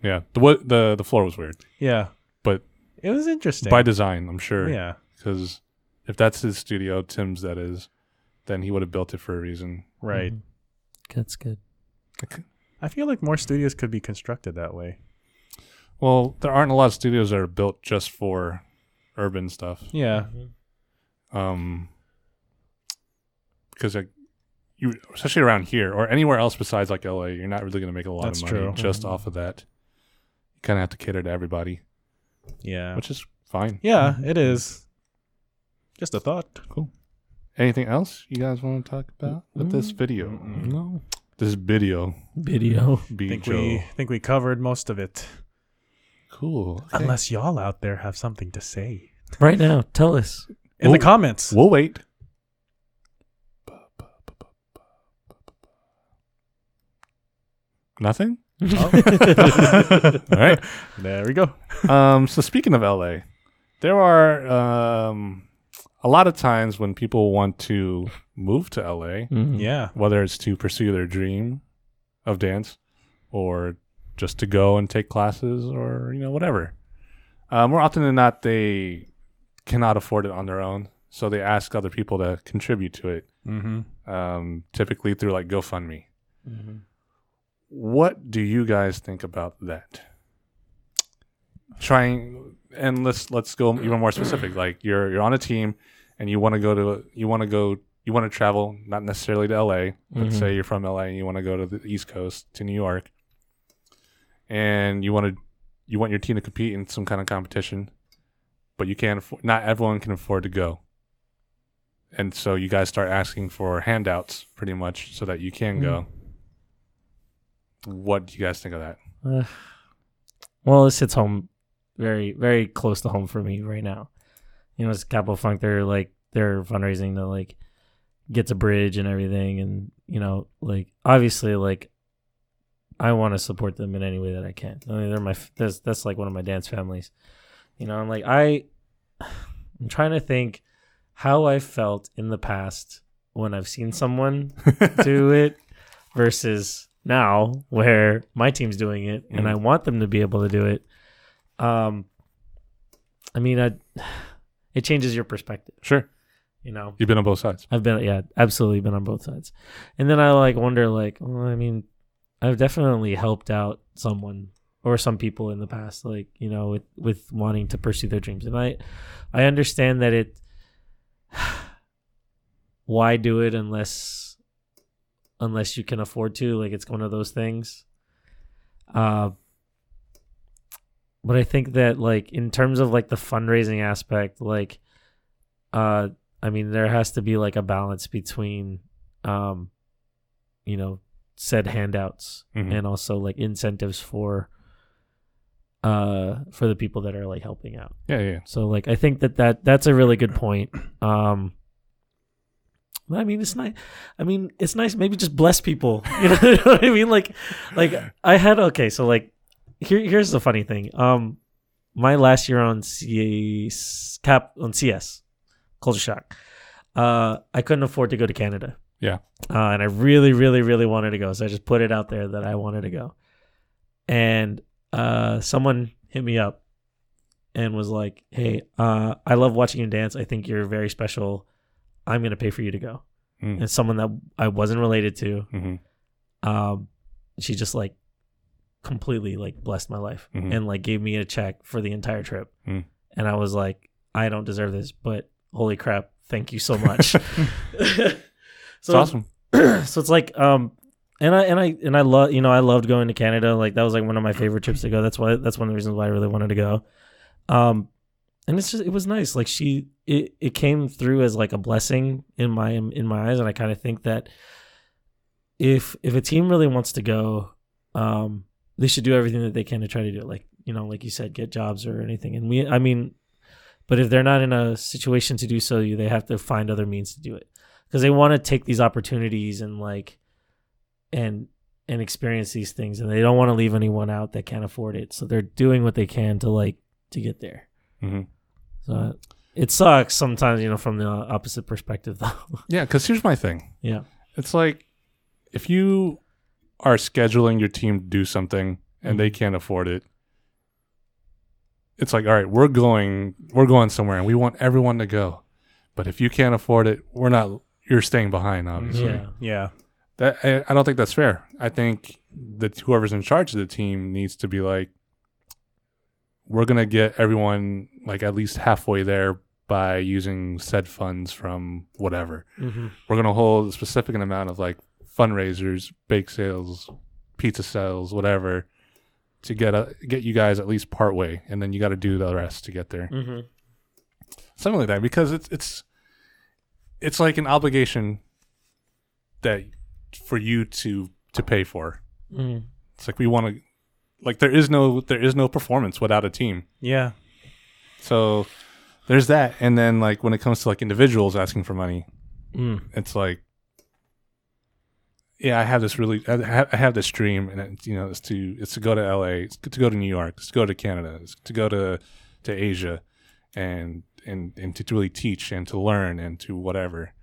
[SPEAKER 1] Yeah. The what the the floor was weird
[SPEAKER 2] yeah
[SPEAKER 1] But-
[SPEAKER 2] it was interesting
[SPEAKER 1] by design, I'm sure.
[SPEAKER 2] yeah
[SPEAKER 1] Because if that's his studio, Tim's that is, then he would have built it for a reason.
[SPEAKER 2] right
[SPEAKER 3] Mhm. That's good. Mm-hmm.
[SPEAKER 2] i feel like more studios could be constructed that way
[SPEAKER 1] Well, there aren't a lot of studios that are built just for urban stuff.
[SPEAKER 2] yeah
[SPEAKER 1] um because like you especially around here or anywhere else besides like LA, you're not really going to make a lot
[SPEAKER 2] That's
[SPEAKER 1] of money
[SPEAKER 2] true.
[SPEAKER 1] just
[SPEAKER 3] Mhm.
[SPEAKER 1] off of that. You kind of have to cater to everybody,
[SPEAKER 2] yeah
[SPEAKER 1] which is fine.
[SPEAKER 2] yeah it is just a thought
[SPEAKER 1] Anything else you guys want to talk about with this
[SPEAKER 2] Mm-hmm.
[SPEAKER 1] video?
[SPEAKER 3] No
[SPEAKER 1] This video,
[SPEAKER 3] video.
[SPEAKER 1] B
[SPEAKER 2] think
[SPEAKER 1] Joe.
[SPEAKER 2] we think we covered most of it
[SPEAKER 1] cool. okay.
[SPEAKER 2] Unless y'all out there have something to say
[SPEAKER 3] Right now, tell us.
[SPEAKER 2] in
[SPEAKER 1] Well-
[SPEAKER 2] the comments.
[SPEAKER 1] We'll wait. Nothing. All right.
[SPEAKER 2] There we go.
[SPEAKER 1] um, so speaking of LA, there are um, a lot of times when people want to move to LA,
[SPEAKER 3] Mhm.
[SPEAKER 2] Yeah.
[SPEAKER 1] whether it's to pursue their dream of dance or just to go and take classes or you know whatever. Uh, more often than not, they cannot afford it on their own, so they ask other people to contribute to it,
[SPEAKER 2] Mm-hmm.
[SPEAKER 1] um, typically through like GoFundMe.
[SPEAKER 3] Mhm.
[SPEAKER 1] What do you guys think about that? Trying and let's let's go even more specific. Like you're you're on a team and you want to go to you want to go you want to travel not necessarily to LA. Let's
[SPEAKER 3] Mhm.
[SPEAKER 1] say you're from LA and you want to go to the East Coast to New York, and you want to you want your team to compete in some kind of competition, but you can't. Afford, not everyone can afford to go, and so you guys start asking for handouts pretty much so that you can
[SPEAKER 3] Mm-hmm.
[SPEAKER 1] go. What do you guys think of that?
[SPEAKER 3] Uh, well, this hits home very, very close to home for me right now. You know, it's Capital Funk. They're like they're fundraising to like get to bridge and everything, and you know, like obviously, like I want to support them in any way that I can. I mean, they're my f- that's that's like one of my dance families. You know, I'm like I, I'm trying to think how I felt in the past when I've seen someone do it versus now where my team's doing it and
[SPEAKER 1] Mhm.
[SPEAKER 3] I want them to be able to do it. Um, I mean, I, it changes your perspective,
[SPEAKER 1] Sure,
[SPEAKER 3] you know.
[SPEAKER 1] you've been on both sides.
[SPEAKER 3] I've been, yeah, absolutely been on both sides. And then I like wonder, like, well, I mean, I've definitely helped out someone or some people in the past, like you know, with with wanting to pursue their dreams. And I, I understand that it. Why do it unless, unless you can afford to? Like it's one of those things. Uh, but I think that like in terms of like the fundraising aspect, like, uh, I mean, there has to be like a balance between, um, you know, said handouts
[SPEAKER 1] Mhm.
[SPEAKER 3] and also like incentives for, uh, for the people that are like helping out.
[SPEAKER 1] Yeah, yeah. yeah.
[SPEAKER 3] So like, I think that that that's a really good point. Um, but I mean, it's nice. I mean, it's nice. Maybe just bless people. You know, you know what I mean? Like, like I had okay. So like, here here's the funny thing. Um, my last year on CS cap on CS, culture shock. Uh, I couldn't afford to go to Canada
[SPEAKER 1] Yeah.
[SPEAKER 3] Uh, and I really, really, really wanted to go. So I just put it out there that I wanted to go. And uh, someone hit me up and was like, hey, uh, I love watching you dance. I think you're very special. I'm going to pay for you to go.
[SPEAKER 1] Mm.
[SPEAKER 3] And someone that I wasn't related to,
[SPEAKER 1] Mm-hmm.
[SPEAKER 3] um, she just like completely like blessed my life
[SPEAKER 1] Mhm.
[SPEAKER 3] and like gave me a check for the entire trip
[SPEAKER 1] Mm.
[SPEAKER 3] and i was like i don't deserve this but holy crap thank you so much so
[SPEAKER 1] it's awesome.
[SPEAKER 3] so it's like um and I and I and I love you know I loved going to Canada like that was like one of my favorite trips to go that's why that's one of the reasons why I really wanted to go um and it's just it was nice like she it, it came through as like a blessing in my in my eyes and I kind of think that if if a team really wants to go um they should do everything that they can to try to do it like you know like you said get jobs or anything and we I mean but if they're not in a situation to do so you they have to find other means to do it because they want to take these opportunities and like and and experience these things and they don't want to leave anyone out that can't afford it so they're doing what they can to like to get there
[SPEAKER 1] Mhm.
[SPEAKER 3] so it sucks sometimes you know from the opposite perspective though
[SPEAKER 1] Yeah, because here's my thing.
[SPEAKER 3] yeah
[SPEAKER 1] It's like if you are scheduling your team to do something and they can't afford it, it's like, all right, we're going, we're going somewhere, and we want everyone to go. But if you can't afford it, we're not. You're staying behind, obviously.
[SPEAKER 3] yeah
[SPEAKER 2] Yeah.
[SPEAKER 1] That I, I don't think that's fair. I think that whoever's in charge of the team needs to be like, we're gonna get everyone like at least halfway there by using said funds from whatever.
[SPEAKER 3] hmm
[SPEAKER 1] We're gonna hold a specific amount of like fundraisers, bake sales, pizza sales, whatever, to get a, get you guys at least part way, and then you got to do the rest to get there
[SPEAKER 3] hmm
[SPEAKER 1] something like that because it's it's it's like an obligation that for you to to pay for
[SPEAKER 3] hmm
[SPEAKER 1] it's like we want to like there is no there is no performance without a team
[SPEAKER 2] Yeah.
[SPEAKER 1] so there's that and then like when it comes to like individuals asking for money
[SPEAKER 3] mm
[SPEAKER 1] it's like yeah i have this really i have, I have this dream and it's you know it's to it's to go to la it's to go to new york it's to go to canada it's to go to to asia and and and to really teach and to learn and to whatever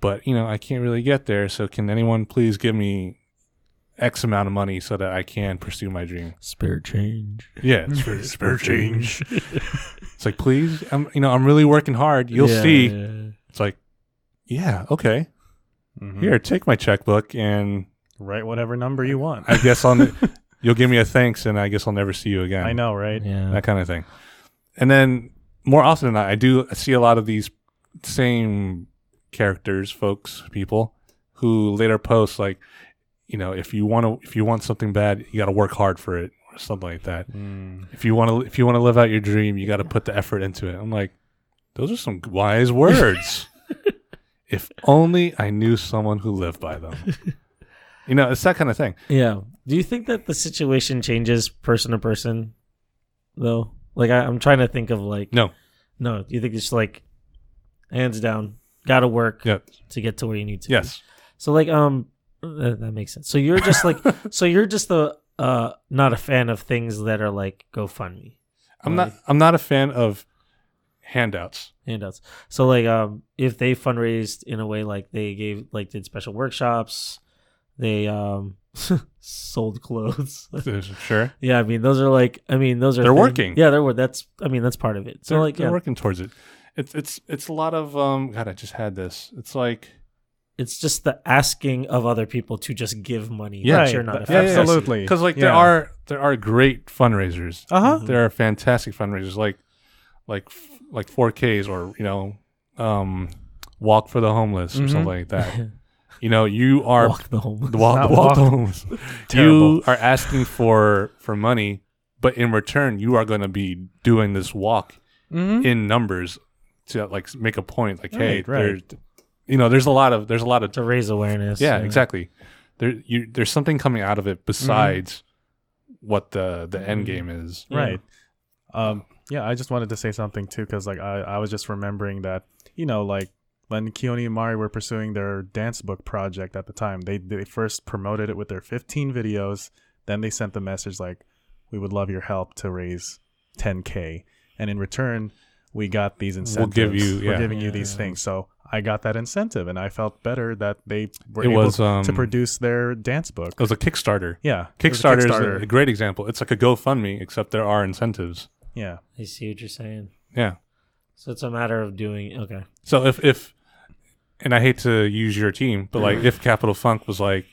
[SPEAKER 1] but you know i can't really get there so can anyone please give me x amount of money so that i can pursue my dream
[SPEAKER 3] spare change
[SPEAKER 1] yeah it's for spare change it's like please i'm you know i'm really working hard you'll see it's like yeah okay
[SPEAKER 2] Mhm.
[SPEAKER 1] here take my checkbook and
[SPEAKER 2] Write whatever number you want.
[SPEAKER 1] I guess I'll ne- you'll give me a thanks, and I guess I'll never see you again.
[SPEAKER 2] I know, right?
[SPEAKER 3] yeah
[SPEAKER 1] that kind of thing. And then more often than not, I do see a lot of these same characters, folks, people who later post like, you know, if you want to, if you want something bad, you got to work hard for it, or something like that.
[SPEAKER 2] Mm.
[SPEAKER 1] If you want to, if you want to live out your dream, you got to put the effort into it. I'm like, those are some wise words. if only I knew someone who lived by them. You know, it's that kind of thing.
[SPEAKER 3] yeah do you think that the situation changes person to person though like I, I'm trying to think of like
[SPEAKER 1] No,
[SPEAKER 3] No, you think it's like hands down, got to work
[SPEAKER 1] Yeah.
[SPEAKER 3] to get to where you need to. be.
[SPEAKER 1] yes.
[SPEAKER 3] So like um that, that makes sense. So you're just like so you're just the uh not a fan of things that are like GoFundMe
[SPEAKER 1] I'm not. I'm not a fan of handouts.
[SPEAKER 3] handouts. So like um if they fundraised in a way like they gave like did special workshops, they um sold clothes.
[SPEAKER 1] sure,
[SPEAKER 3] yeah, I mean those are like I mean those are
[SPEAKER 1] They're
[SPEAKER 3] thing-
[SPEAKER 1] working.
[SPEAKER 3] Yeah, they're wor- that's I mean that's part of it. So
[SPEAKER 1] they're,
[SPEAKER 3] like
[SPEAKER 1] they're
[SPEAKER 3] yeah,
[SPEAKER 1] working towards it. It's it's it's a lot of um. God, I just had this. It's like
[SPEAKER 3] it's just the asking of other people to just give money
[SPEAKER 1] Yeah.
[SPEAKER 3] that
[SPEAKER 2] Right.
[SPEAKER 3] you're not a
[SPEAKER 1] Yeah,
[SPEAKER 3] fan
[SPEAKER 1] yeah,
[SPEAKER 3] of.
[SPEAKER 1] yeah.
[SPEAKER 2] Absolutely.
[SPEAKER 1] because like there are there are great fundraisers.
[SPEAKER 2] Uh huh.
[SPEAKER 1] There are fantastic fundraisers like like f- like 4Ks or you know um walk for the homeless or
[SPEAKER 2] Mhm.
[SPEAKER 1] something like that. you know you are
[SPEAKER 3] walk the homeless.
[SPEAKER 1] the walk,
[SPEAKER 2] not
[SPEAKER 1] the walk the
[SPEAKER 2] walk.
[SPEAKER 1] homeless.
[SPEAKER 2] Terrible.
[SPEAKER 1] You are asking for for money, but in return you are going to be doing this walk
[SPEAKER 2] Mm-hmm.
[SPEAKER 1] in numbers to like make a point like hey
[SPEAKER 2] Right, right.
[SPEAKER 1] there- you know there's a lot of there's a lot of
[SPEAKER 3] to raise awareness.
[SPEAKER 1] yeah exactly there you there's something coming out of
[SPEAKER 2] Mm-hmm.
[SPEAKER 1] it besides what the the end game is
[SPEAKER 3] Yeah.
[SPEAKER 2] Right. Um, yeah, I just wanted to say something too, because like I, I was just remembering that you know like when Keone and Mari were pursuing their dance book project at the time, they they first promoted it with their 15 videos, then they sent the message like, "We would love your help to raise 10k," and in return, we got these
[SPEAKER 1] We'll
[SPEAKER 2] incentives.
[SPEAKER 1] give you- yeah.
[SPEAKER 2] We're giving you these
[SPEAKER 3] Yeah.
[SPEAKER 2] things. So I got that incentive, and I felt better that they were
[SPEAKER 1] It
[SPEAKER 2] able
[SPEAKER 1] was, um,
[SPEAKER 2] to produce their dance book.
[SPEAKER 1] It was a Kickstarter.
[SPEAKER 2] Yeah, it was a
[SPEAKER 1] Kickstarter, is
[SPEAKER 2] Kickstarter.
[SPEAKER 1] a, a great example. It's like a GoFundMe, except there are incentives.
[SPEAKER 2] yeah,
[SPEAKER 3] I see what you're saying.
[SPEAKER 1] Yeah.
[SPEAKER 3] So it's a matter of doing. Okay.
[SPEAKER 1] So if if and I hate to use your team, but
[SPEAKER 2] Mm-hmm.
[SPEAKER 1] like if Capital Funk was like,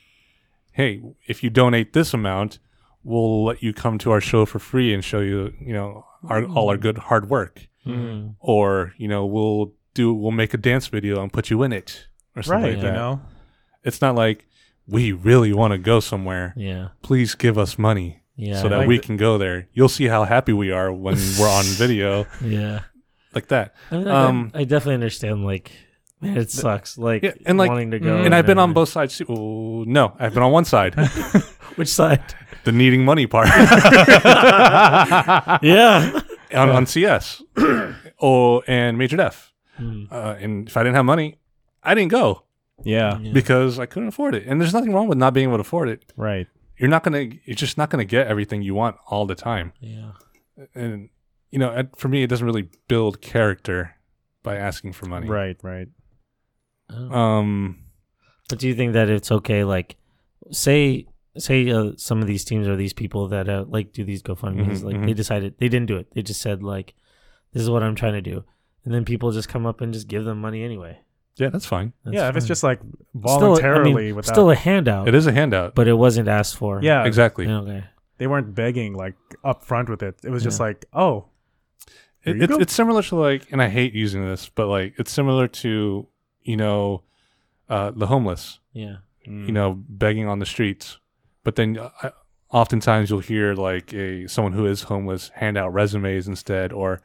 [SPEAKER 1] "Hey, if you donate this amount, we'll let you come to our show for free and show you, you know, our all
[SPEAKER 2] Mm-hmm.
[SPEAKER 1] our good hard work,"
[SPEAKER 3] Mm.
[SPEAKER 1] or you know, we'll do we'll make a dance video and put you in it or something
[SPEAKER 2] right.
[SPEAKER 1] like
[SPEAKER 2] You
[SPEAKER 1] that.
[SPEAKER 2] know,
[SPEAKER 1] It's not like we really want to go somewhere.
[SPEAKER 3] Yeah.
[SPEAKER 1] Please give us money
[SPEAKER 3] Yeah.
[SPEAKER 1] so that
[SPEAKER 2] like
[SPEAKER 1] we
[SPEAKER 2] th-
[SPEAKER 1] can go there. You'll see how happy we are when we're on video
[SPEAKER 3] yeah.
[SPEAKER 1] like that.
[SPEAKER 3] I, mean,
[SPEAKER 1] Um,
[SPEAKER 3] I, I definitely understand. Like, man, it sucks. Like,
[SPEAKER 1] Yeah, and, like- mm,
[SPEAKER 3] wanting to go.
[SPEAKER 1] and I've been on
[SPEAKER 3] everything.
[SPEAKER 1] both sides. too. Oh, no, I've been on one side,
[SPEAKER 3] Which side?
[SPEAKER 1] the needing money part
[SPEAKER 3] yeah.
[SPEAKER 1] on, on CS oh, and Major Def.
[SPEAKER 3] Mm.
[SPEAKER 1] Uh, and if I didn't have money, I didn't go
[SPEAKER 2] yeah,
[SPEAKER 3] Yeah.
[SPEAKER 1] because I couldn't afford it. And there's nothing wrong with not being able to afford it.
[SPEAKER 2] right.
[SPEAKER 1] You're not gonna. You're just not gonna get everything you want all the time.
[SPEAKER 3] Yeah.
[SPEAKER 1] And you know, it- for me, it doesn't really build character by asking for money.
[SPEAKER 2] Right, right.
[SPEAKER 3] Oh.
[SPEAKER 1] Um.
[SPEAKER 3] But do you think that it's okay? Like, say, say uh, some of these teams or these people that uh, like do these GoFundmes,
[SPEAKER 2] Mm-hmm,
[SPEAKER 1] Mhm,
[SPEAKER 3] like
[SPEAKER 1] mhm.
[SPEAKER 3] they decided they didn't do it. They just said like, "This is what I'm trying to do," and then people just come up and just give them money anyway.
[SPEAKER 1] Yeah, that's fine.
[SPEAKER 3] That's
[SPEAKER 2] yeah, if it's
[SPEAKER 3] fine.
[SPEAKER 2] just like
[SPEAKER 3] Still- I mean,
[SPEAKER 2] voluntarily without,
[SPEAKER 3] still a handout,
[SPEAKER 1] It is a handout.
[SPEAKER 3] but it wasn't asked for.
[SPEAKER 2] Uh, yeah, exactly.
[SPEAKER 1] exactly.
[SPEAKER 3] Yeah, Okay.
[SPEAKER 2] They weren't begging like up front with it. It was just
[SPEAKER 3] Yeah.
[SPEAKER 2] like, oh, Here
[SPEAKER 1] It,
[SPEAKER 2] you
[SPEAKER 1] it's
[SPEAKER 2] go.
[SPEAKER 1] it's similar to like, and I hate using this, but like, it's similar to you know, uh, the homeless,
[SPEAKER 3] Yeah.
[SPEAKER 2] Mm.
[SPEAKER 1] you know, begging on the streets. But then, uh, I- oftentimes you'll hear like a someone who is homeless hand out resumes instead, or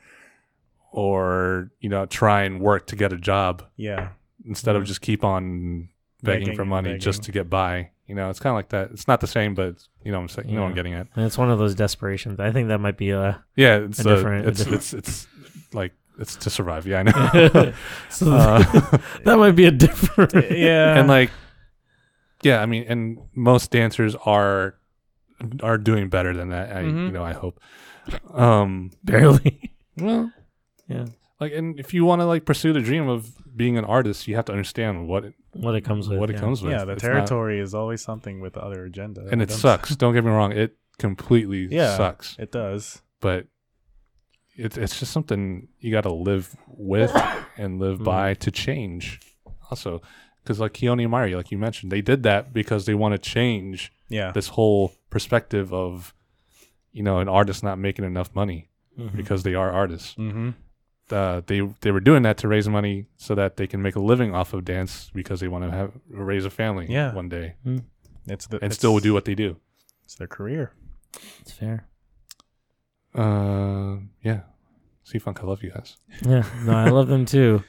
[SPEAKER 1] or you know, try and work to get a job
[SPEAKER 2] yeah,
[SPEAKER 1] instead of just keep on begging,
[SPEAKER 2] Begging
[SPEAKER 1] for
[SPEAKER 2] and
[SPEAKER 1] money just
[SPEAKER 2] begging.
[SPEAKER 1] to get by. You know, it's kind of like that. It's not the same, but it's- you know, what I'm saying, you know, what I'm
[SPEAKER 3] Yeah.
[SPEAKER 1] getting at.
[SPEAKER 3] And it's one of those desperations. I think that might be a.
[SPEAKER 1] Yeah, it's
[SPEAKER 3] A
[SPEAKER 1] uh,
[SPEAKER 3] different- a
[SPEAKER 1] it's,
[SPEAKER 3] different-
[SPEAKER 1] it's it's like it's to survive. Yeah, I know.
[SPEAKER 3] so that might be a different.
[SPEAKER 2] Uh. yeah,
[SPEAKER 1] and like yeah i mean and most dancers are are doing better than that i
[SPEAKER 2] Mhm.
[SPEAKER 1] you know i hope um
[SPEAKER 3] barely.
[SPEAKER 1] well
[SPEAKER 3] Yeah.
[SPEAKER 1] like and if you want to like pursue the dream of being an artist you have to understand what it,
[SPEAKER 3] What it comes with.
[SPEAKER 1] what it
[SPEAKER 3] yeah.
[SPEAKER 1] comes with
[SPEAKER 2] yeah, the
[SPEAKER 1] It's not-
[SPEAKER 2] territory is always something with other agenda,
[SPEAKER 1] and it
[SPEAKER 2] items.
[SPEAKER 1] sucks don't get me wrong it completely
[SPEAKER 2] Yeah.
[SPEAKER 1] sucks
[SPEAKER 2] It does.
[SPEAKER 1] but it's it's just something you got to live with and live
[SPEAKER 3] Mhm.
[SPEAKER 1] by to change also because like Keone and Mari, like you mentioned, they did that because they want to change
[SPEAKER 2] Yeah,
[SPEAKER 1] this whole perspective of you know an artist not making enough money
[SPEAKER 3] Mhm.
[SPEAKER 1] because they are artists
[SPEAKER 2] mm-hmm.
[SPEAKER 1] uh, they they were doing that to raise money so that they can make a living off of dance because they want to have raise a family
[SPEAKER 2] Yeah.
[SPEAKER 1] one day
[SPEAKER 2] it's the
[SPEAKER 1] and
[SPEAKER 2] it's-
[SPEAKER 1] still do what they do
[SPEAKER 2] It's their career.
[SPEAKER 3] It's fair.
[SPEAKER 1] uh, yeah see funk i love you guys
[SPEAKER 3] Yeah, no, I love them too,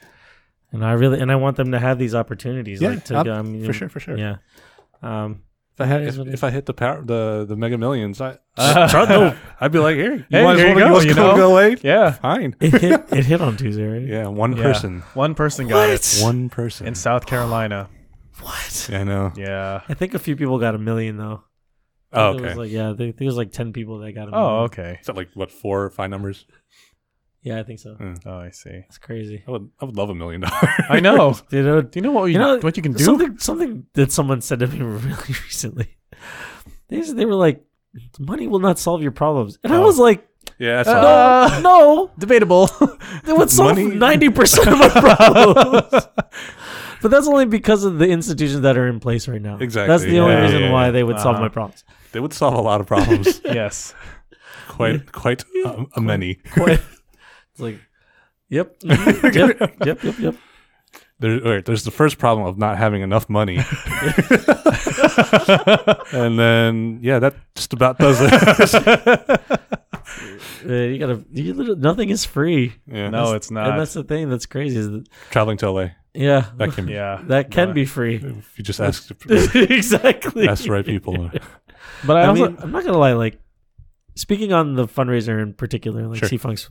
[SPEAKER 3] and I really and I want them to have these opportunities.
[SPEAKER 1] Yeah,
[SPEAKER 3] like to,
[SPEAKER 1] ab-
[SPEAKER 3] go- I mean,
[SPEAKER 1] for sure for sure
[SPEAKER 3] Yeah, um,
[SPEAKER 1] if i had
[SPEAKER 3] It
[SPEAKER 1] if,
[SPEAKER 3] is what it
[SPEAKER 1] if i hit the power the the mega millions i
[SPEAKER 2] Uh,
[SPEAKER 1] no, i'd be like here you
[SPEAKER 2] Hey,
[SPEAKER 1] want
[SPEAKER 2] here you
[SPEAKER 1] to
[SPEAKER 2] go,
[SPEAKER 1] want
[SPEAKER 2] you
[SPEAKER 1] to
[SPEAKER 2] know?
[SPEAKER 1] go late
[SPEAKER 2] Yeah,
[SPEAKER 1] fine
[SPEAKER 3] it hit it hit on Tuesday, right?
[SPEAKER 1] yeah one
[SPEAKER 2] Yeah.
[SPEAKER 1] person
[SPEAKER 2] one person got it
[SPEAKER 1] one person
[SPEAKER 2] in South Carolina.
[SPEAKER 3] What?
[SPEAKER 1] i know
[SPEAKER 2] Yeah.
[SPEAKER 3] I think a few people got a million though.
[SPEAKER 1] oh
[SPEAKER 3] There
[SPEAKER 1] okay
[SPEAKER 3] was like, yeah, I think there was like ten people that got a million.
[SPEAKER 2] Oh, okay.
[SPEAKER 1] is that like what four or five numbers
[SPEAKER 3] yeah, I think so.
[SPEAKER 1] Mm.
[SPEAKER 2] Oh, I see.
[SPEAKER 3] That's crazy.
[SPEAKER 1] I would, I would love a million dollars.
[SPEAKER 2] I know.
[SPEAKER 3] Dude,
[SPEAKER 1] uh,
[SPEAKER 3] I would-
[SPEAKER 2] Do you know what you,
[SPEAKER 3] You know,
[SPEAKER 2] what you can do?
[SPEAKER 3] something something that someone said to me really recently. They s- they were like, money will not solve your problems, and I
[SPEAKER 1] Oh.
[SPEAKER 3] was like,
[SPEAKER 1] Yeah, that's
[SPEAKER 2] Uh,
[SPEAKER 1] all.
[SPEAKER 2] Uh,
[SPEAKER 3] no,
[SPEAKER 2] Debatable.
[SPEAKER 3] that would solve
[SPEAKER 1] Money-
[SPEAKER 3] ninety percent of our problems. But that's only because of the institutions that are in place right now.
[SPEAKER 1] Exactly.
[SPEAKER 3] That's the only
[SPEAKER 1] Yeah,
[SPEAKER 3] reason
[SPEAKER 1] yeah,
[SPEAKER 3] why
[SPEAKER 1] yeah.
[SPEAKER 3] they would solve
[SPEAKER 2] Uh-huh.
[SPEAKER 3] my problems.
[SPEAKER 1] they would solve a lot of problems.
[SPEAKER 2] yes.
[SPEAKER 1] quite, quite um, a many.
[SPEAKER 3] it's like, yep, mhm, yep, yep, yep, yep.
[SPEAKER 1] There, all right, there's the first problem of not having enough money, and then yeah, that just about does it.
[SPEAKER 3] Uh, you gotta, you literally, nothing is free,
[SPEAKER 1] yeah,
[SPEAKER 2] No, it's
[SPEAKER 1] Uh,
[SPEAKER 3] and
[SPEAKER 2] not.
[SPEAKER 3] that's the thing that's crazy. Is that,
[SPEAKER 1] traveling to LA
[SPEAKER 3] yeah,
[SPEAKER 1] that can
[SPEAKER 2] Yeah.
[SPEAKER 3] that can
[SPEAKER 1] uh,
[SPEAKER 2] No.
[SPEAKER 3] be free.
[SPEAKER 1] if you just ask
[SPEAKER 3] exactly.
[SPEAKER 1] ask the right people.
[SPEAKER 2] But I,
[SPEAKER 3] I
[SPEAKER 2] also
[SPEAKER 3] mean, I'm not gonna lie. Like speaking on the fundraiser in particular, like
[SPEAKER 1] Sure.
[SPEAKER 3] C Funk's,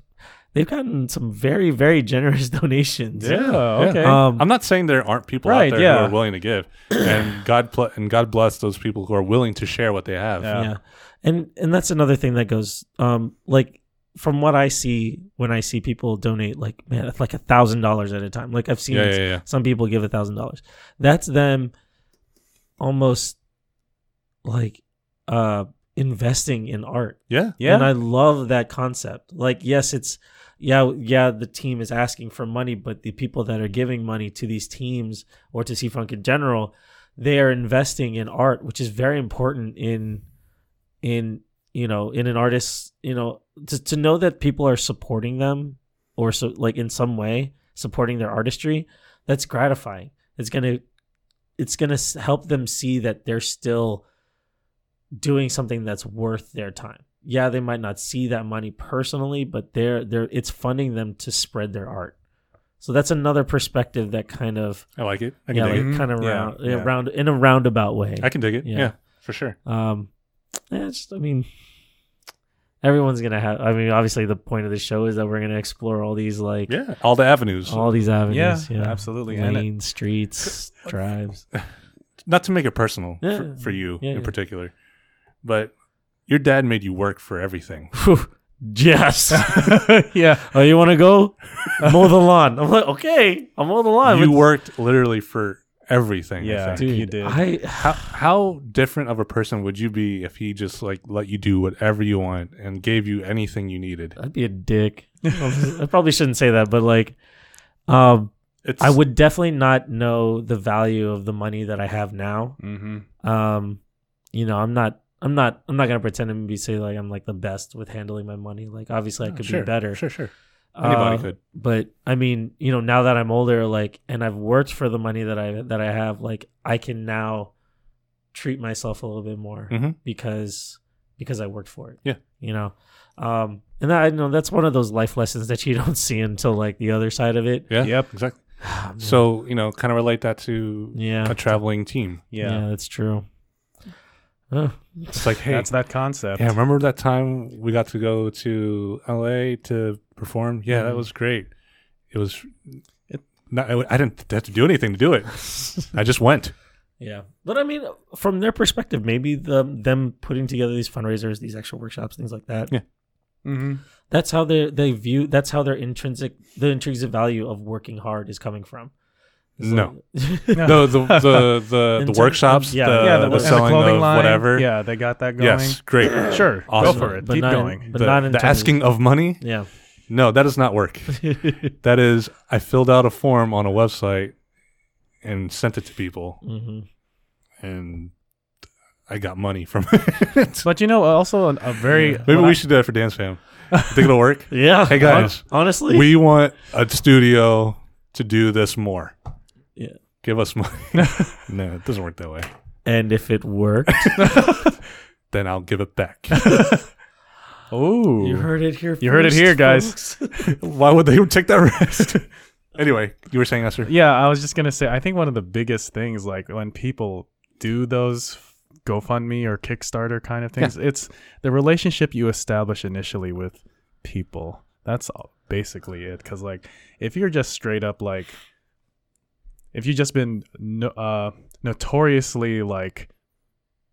[SPEAKER 3] they've gotten some very, very generous donations.
[SPEAKER 2] Yeah,
[SPEAKER 1] Yeah.
[SPEAKER 2] okay.
[SPEAKER 3] Um,
[SPEAKER 1] I'm not saying there aren't people
[SPEAKER 2] Right,
[SPEAKER 1] out there
[SPEAKER 2] yeah.
[SPEAKER 1] who are willing to give, and God pl- and God bless those people who are willing to share what they have.
[SPEAKER 2] Yeah.
[SPEAKER 3] yeah and and that's another thing that goes um like from what I see when I see people donate like man it's like a thousand dollars at a time. Like I've seen
[SPEAKER 1] Yeah,
[SPEAKER 3] it-
[SPEAKER 1] yeah, yeah.
[SPEAKER 3] some people give a thousand dollars. That's them almost like uh investing in art.
[SPEAKER 1] Yeah.
[SPEAKER 2] Yeah.
[SPEAKER 3] And I love that concept. Like, yes, it's yeah, yeah, the team is asking for money, but the people that are giving money to these teams or to C Funk in general, they are investing in art, which is very important in in you know, in an artist's, you know, to, to know that people are supporting them or so like in some way supporting their artistry, that's gratifying. It's gonna it's gonna s- help them see that they're still doing something that's worth their time. Yeah, they might not see that money personally, but they're they're it's funding them to spread their art. So that's another perspective that kind of
[SPEAKER 1] I like it. I can
[SPEAKER 3] yeah,
[SPEAKER 1] dig
[SPEAKER 3] like
[SPEAKER 1] it. Mm-hmm.
[SPEAKER 2] it.
[SPEAKER 3] kind of
[SPEAKER 2] Yeah,
[SPEAKER 3] round,
[SPEAKER 2] yeah.
[SPEAKER 3] round in a roundabout way.
[SPEAKER 1] I can dig it.
[SPEAKER 3] Yeah.
[SPEAKER 1] Yeah. for sure.
[SPEAKER 3] Um, yeah, it's just, I mean, everyone's gonna have. I mean, obviously, the point of the show is that we're gonna explore all these like
[SPEAKER 1] Yeah, all the avenues.
[SPEAKER 3] all these
[SPEAKER 2] yeah,
[SPEAKER 3] avenues, yeah,
[SPEAKER 2] absolutely. And it-
[SPEAKER 3] lanes, streets, drives.
[SPEAKER 1] Not to make it personal
[SPEAKER 3] Yeah.
[SPEAKER 1] for, for you
[SPEAKER 3] Yeah,
[SPEAKER 1] in
[SPEAKER 3] yeah.
[SPEAKER 1] particular, but your dad made you work for everything.
[SPEAKER 3] Phew. yes.
[SPEAKER 2] yeah.
[SPEAKER 3] oh, you want to go mow the lawn? I'm like, okay, I'll mow the lawn.
[SPEAKER 1] you
[SPEAKER 3] but-
[SPEAKER 1] worked literally for everything. I
[SPEAKER 2] Yeah.
[SPEAKER 1] think.
[SPEAKER 3] dude.
[SPEAKER 2] You did.
[SPEAKER 3] I
[SPEAKER 1] How how different of a person would you be if he just like let you do whatever you want and gave you anything you needed?
[SPEAKER 3] I'd be a dick. I probably shouldn't say that, but like, um,
[SPEAKER 1] It's
[SPEAKER 3] I would definitely not know the value of the money that I have now.
[SPEAKER 2] Mm-hmm.
[SPEAKER 3] um you know i'm not i'm not i'm not gonna pretend and be say like i'm like the best with handling my money like obviously i
[SPEAKER 1] Oh,
[SPEAKER 3] could
[SPEAKER 1] sure,
[SPEAKER 3] be better
[SPEAKER 1] Sure, sure.
[SPEAKER 3] Uh,
[SPEAKER 1] Anybody could.
[SPEAKER 3] but i mean you know now that i'm older like and i've worked for the money that i that i have like i can now treat myself a little bit more
[SPEAKER 1] Mhm.
[SPEAKER 3] because because i worked for it
[SPEAKER 1] Yeah.
[SPEAKER 3] you know um and that, i know that's one of those life lessons that you don't see until like the other side of it
[SPEAKER 1] Yeah.
[SPEAKER 2] Yep.
[SPEAKER 1] Exactly.
[SPEAKER 3] Ah, man.
[SPEAKER 1] So, uh, you know, kind of relate that to
[SPEAKER 3] yeah
[SPEAKER 1] a traveling team.
[SPEAKER 2] Yeah.
[SPEAKER 3] that's true Huh.
[SPEAKER 1] It's like, hey,
[SPEAKER 2] That's that concept.
[SPEAKER 1] yeah, remember that time we got to go to LA to perform? Yeah, that
[SPEAKER 3] Mhm.
[SPEAKER 1] was great. It was
[SPEAKER 2] It-
[SPEAKER 1] not, I, I didn't have to do anything to do it. I just went.
[SPEAKER 3] Yeah, but I mean, from their perspective, maybe the them putting together these fundraisers, these extra workshops, things like that.
[SPEAKER 1] Yeah.
[SPEAKER 2] Mm-hmm.
[SPEAKER 3] That's how they they view. That's how their intrinsic the intrinsic value of working hard is coming from. It's
[SPEAKER 1] No.
[SPEAKER 3] like-
[SPEAKER 2] No.
[SPEAKER 1] No, the the the, the
[SPEAKER 3] Inter-
[SPEAKER 1] workshops,
[SPEAKER 3] yeah,
[SPEAKER 1] the,
[SPEAKER 2] yeah, the,
[SPEAKER 1] the
[SPEAKER 2] and the
[SPEAKER 1] selling
[SPEAKER 2] clothing
[SPEAKER 1] of
[SPEAKER 2] line.
[SPEAKER 1] whatever.
[SPEAKER 2] Yeah, they got that going.
[SPEAKER 1] Yes, great.
[SPEAKER 2] Sure.
[SPEAKER 1] Awesome.
[SPEAKER 2] Go for it.
[SPEAKER 3] But
[SPEAKER 2] Keep
[SPEAKER 3] not in-
[SPEAKER 2] going.
[SPEAKER 3] But
[SPEAKER 1] the,
[SPEAKER 3] not in
[SPEAKER 1] the
[SPEAKER 3] terms of-
[SPEAKER 1] asking of money
[SPEAKER 3] yeah.
[SPEAKER 1] no that does not work that is i filled out a form on a website and sent it to people
[SPEAKER 3] hmm
[SPEAKER 1] and i got money from it
[SPEAKER 2] But you know, also an- a very
[SPEAKER 1] maybe
[SPEAKER 2] when
[SPEAKER 1] we
[SPEAKER 2] I-
[SPEAKER 1] should do that for dance fam think it'll work
[SPEAKER 3] Yeah.
[SPEAKER 1] Hey, guys.
[SPEAKER 3] Hon- honestly,
[SPEAKER 1] we want a studio to do this more
[SPEAKER 3] Yeah.
[SPEAKER 1] give us money no it doesn't work that way
[SPEAKER 3] and if it worked,
[SPEAKER 1] then i'll give it back
[SPEAKER 2] Ooh.
[SPEAKER 3] you heard it here.
[SPEAKER 2] You heard it
[SPEAKER 3] first,
[SPEAKER 2] here, guys.
[SPEAKER 3] folks.
[SPEAKER 1] why would they take that risk anyway you were saying that sir
[SPEAKER 2] Yeah, I was just gonna say. I think one of the biggest things, like when people do those GoFundMe or Kickstarter kind of things, it's the relationship you establish initially with people. That's all, basically it. Because like, if you're just straight up like, if you've just been no, uh, notoriously like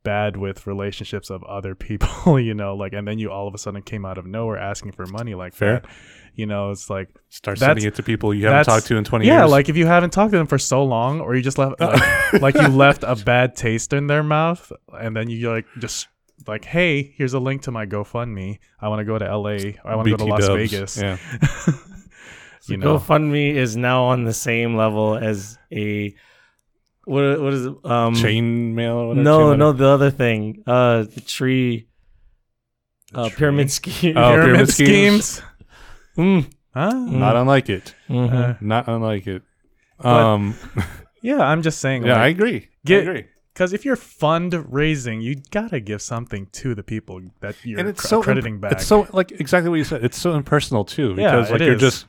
[SPEAKER 2] bad with relationships of other people, you know, like, and then you all of a sudden came out of nowhere asking for money like
[SPEAKER 1] Fair.
[SPEAKER 2] that, you know, it's like
[SPEAKER 1] start
[SPEAKER 2] That's-
[SPEAKER 1] sending it to people you haven't
[SPEAKER 2] that's-
[SPEAKER 1] talked to in 20
[SPEAKER 2] yeah,
[SPEAKER 1] years
[SPEAKER 2] like if you haven't talked to them for so long, or you just left uh, like, like you left a bad taste in their mouth, and then you like just like, hey, here's a link to my GoFundMe. I want to go to LA. Or I want to go to
[SPEAKER 1] BT
[SPEAKER 2] Las
[SPEAKER 1] dubs.
[SPEAKER 2] Vegas.
[SPEAKER 1] yeah
[SPEAKER 3] So
[SPEAKER 2] You know.
[SPEAKER 3] GoFundMe is now on the same level as a what? What is it? Um,
[SPEAKER 2] Mm.
[SPEAKER 1] chain mail or whatever,
[SPEAKER 3] No,
[SPEAKER 1] chain letter.
[SPEAKER 3] no, the other thing. Uh, the tree. Uh, pyramid scheme.
[SPEAKER 1] Oh, pyramid schemes.
[SPEAKER 3] Mm,
[SPEAKER 2] Huh?
[SPEAKER 1] not unlike it
[SPEAKER 3] mhm.
[SPEAKER 2] Uh,
[SPEAKER 1] not unlike it
[SPEAKER 2] But-
[SPEAKER 1] um
[SPEAKER 2] yeah, I'm just saying.
[SPEAKER 1] yeah i
[SPEAKER 2] like,
[SPEAKER 1] agree i
[SPEAKER 2] Get-
[SPEAKER 1] agree
[SPEAKER 2] because if you're fundraising, you gotta give something to the people that you're
[SPEAKER 1] and it's
[SPEAKER 2] cr-
[SPEAKER 1] so
[SPEAKER 2] crediting
[SPEAKER 1] imp-
[SPEAKER 2] back.
[SPEAKER 1] it's so like exactly what you said it's so impersonal too
[SPEAKER 2] Yeah,
[SPEAKER 1] because
[SPEAKER 2] it
[SPEAKER 1] like you're
[SPEAKER 2] is.
[SPEAKER 1] just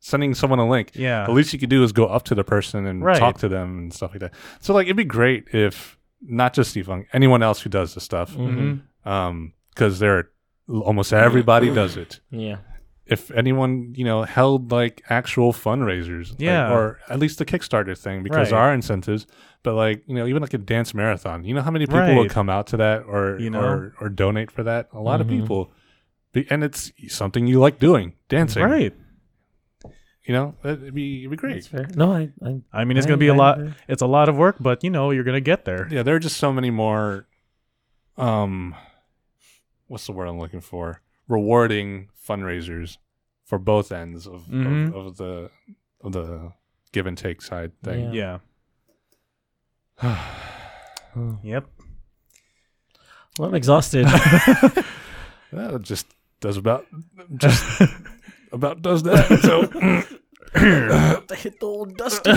[SPEAKER 1] sending someone a link
[SPEAKER 2] yeah,
[SPEAKER 1] the least you could do is go up to the person and
[SPEAKER 2] Right.
[SPEAKER 1] talk to them and stuff like that so like it'd be great if not just steve Fung, anyone else who does this stuff
[SPEAKER 3] Mm-hmm.
[SPEAKER 2] Mhm.
[SPEAKER 1] um because they're almost everybody does it
[SPEAKER 3] Yeah.
[SPEAKER 1] if anyone you know held like actual fundraisers like,
[SPEAKER 2] Yeah.
[SPEAKER 1] or at least the kickstarter thing because
[SPEAKER 2] Right.
[SPEAKER 1] our incentives but like you know even like a dance marathon you know how many people
[SPEAKER 2] Right.
[SPEAKER 1] would come out to that or
[SPEAKER 2] You
[SPEAKER 1] you
[SPEAKER 2] know? Mm-hmm.
[SPEAKER 1] know or, or donate for that a lot
[SPEAKER 3] Mhm.
[SPEAKER 1] of people Be- And it's something you like doing, dancing.
[SPEAKER 2] Right.
[SPEAKER 1] You know, it'd be, it'd be great.
[SPEAKER 3] That's fair. No, I. I
[SPEAKER 2] I mean, it's
[SPEAKER 3] I-
[SPEAKER 2] going to be a
[SPEAKER 3] I
[SPEAKER 2] lot.
[SPEAKER 3] agree.
[SPEAKER 2] It's a lot of work, but you know, you're going to get there.
[SPEAKER 1] Yeah, there are just so many more. Um, what's the word I'm looking for? Rewarding fundraisers for both ends of
[SPEAKER 2] Mhm.
[SPEAKER 1] of, of the of the give and take side
[SPEAKER 2] Yeah.
[SPEAKER 1] thing.
[SPEAKER 2] Yep.
[SPEAKER 3] well, I'm exhausted.
[SPEAKER 1] That just does about just about does that. So
[SPEAKER 3] I hit the old dusty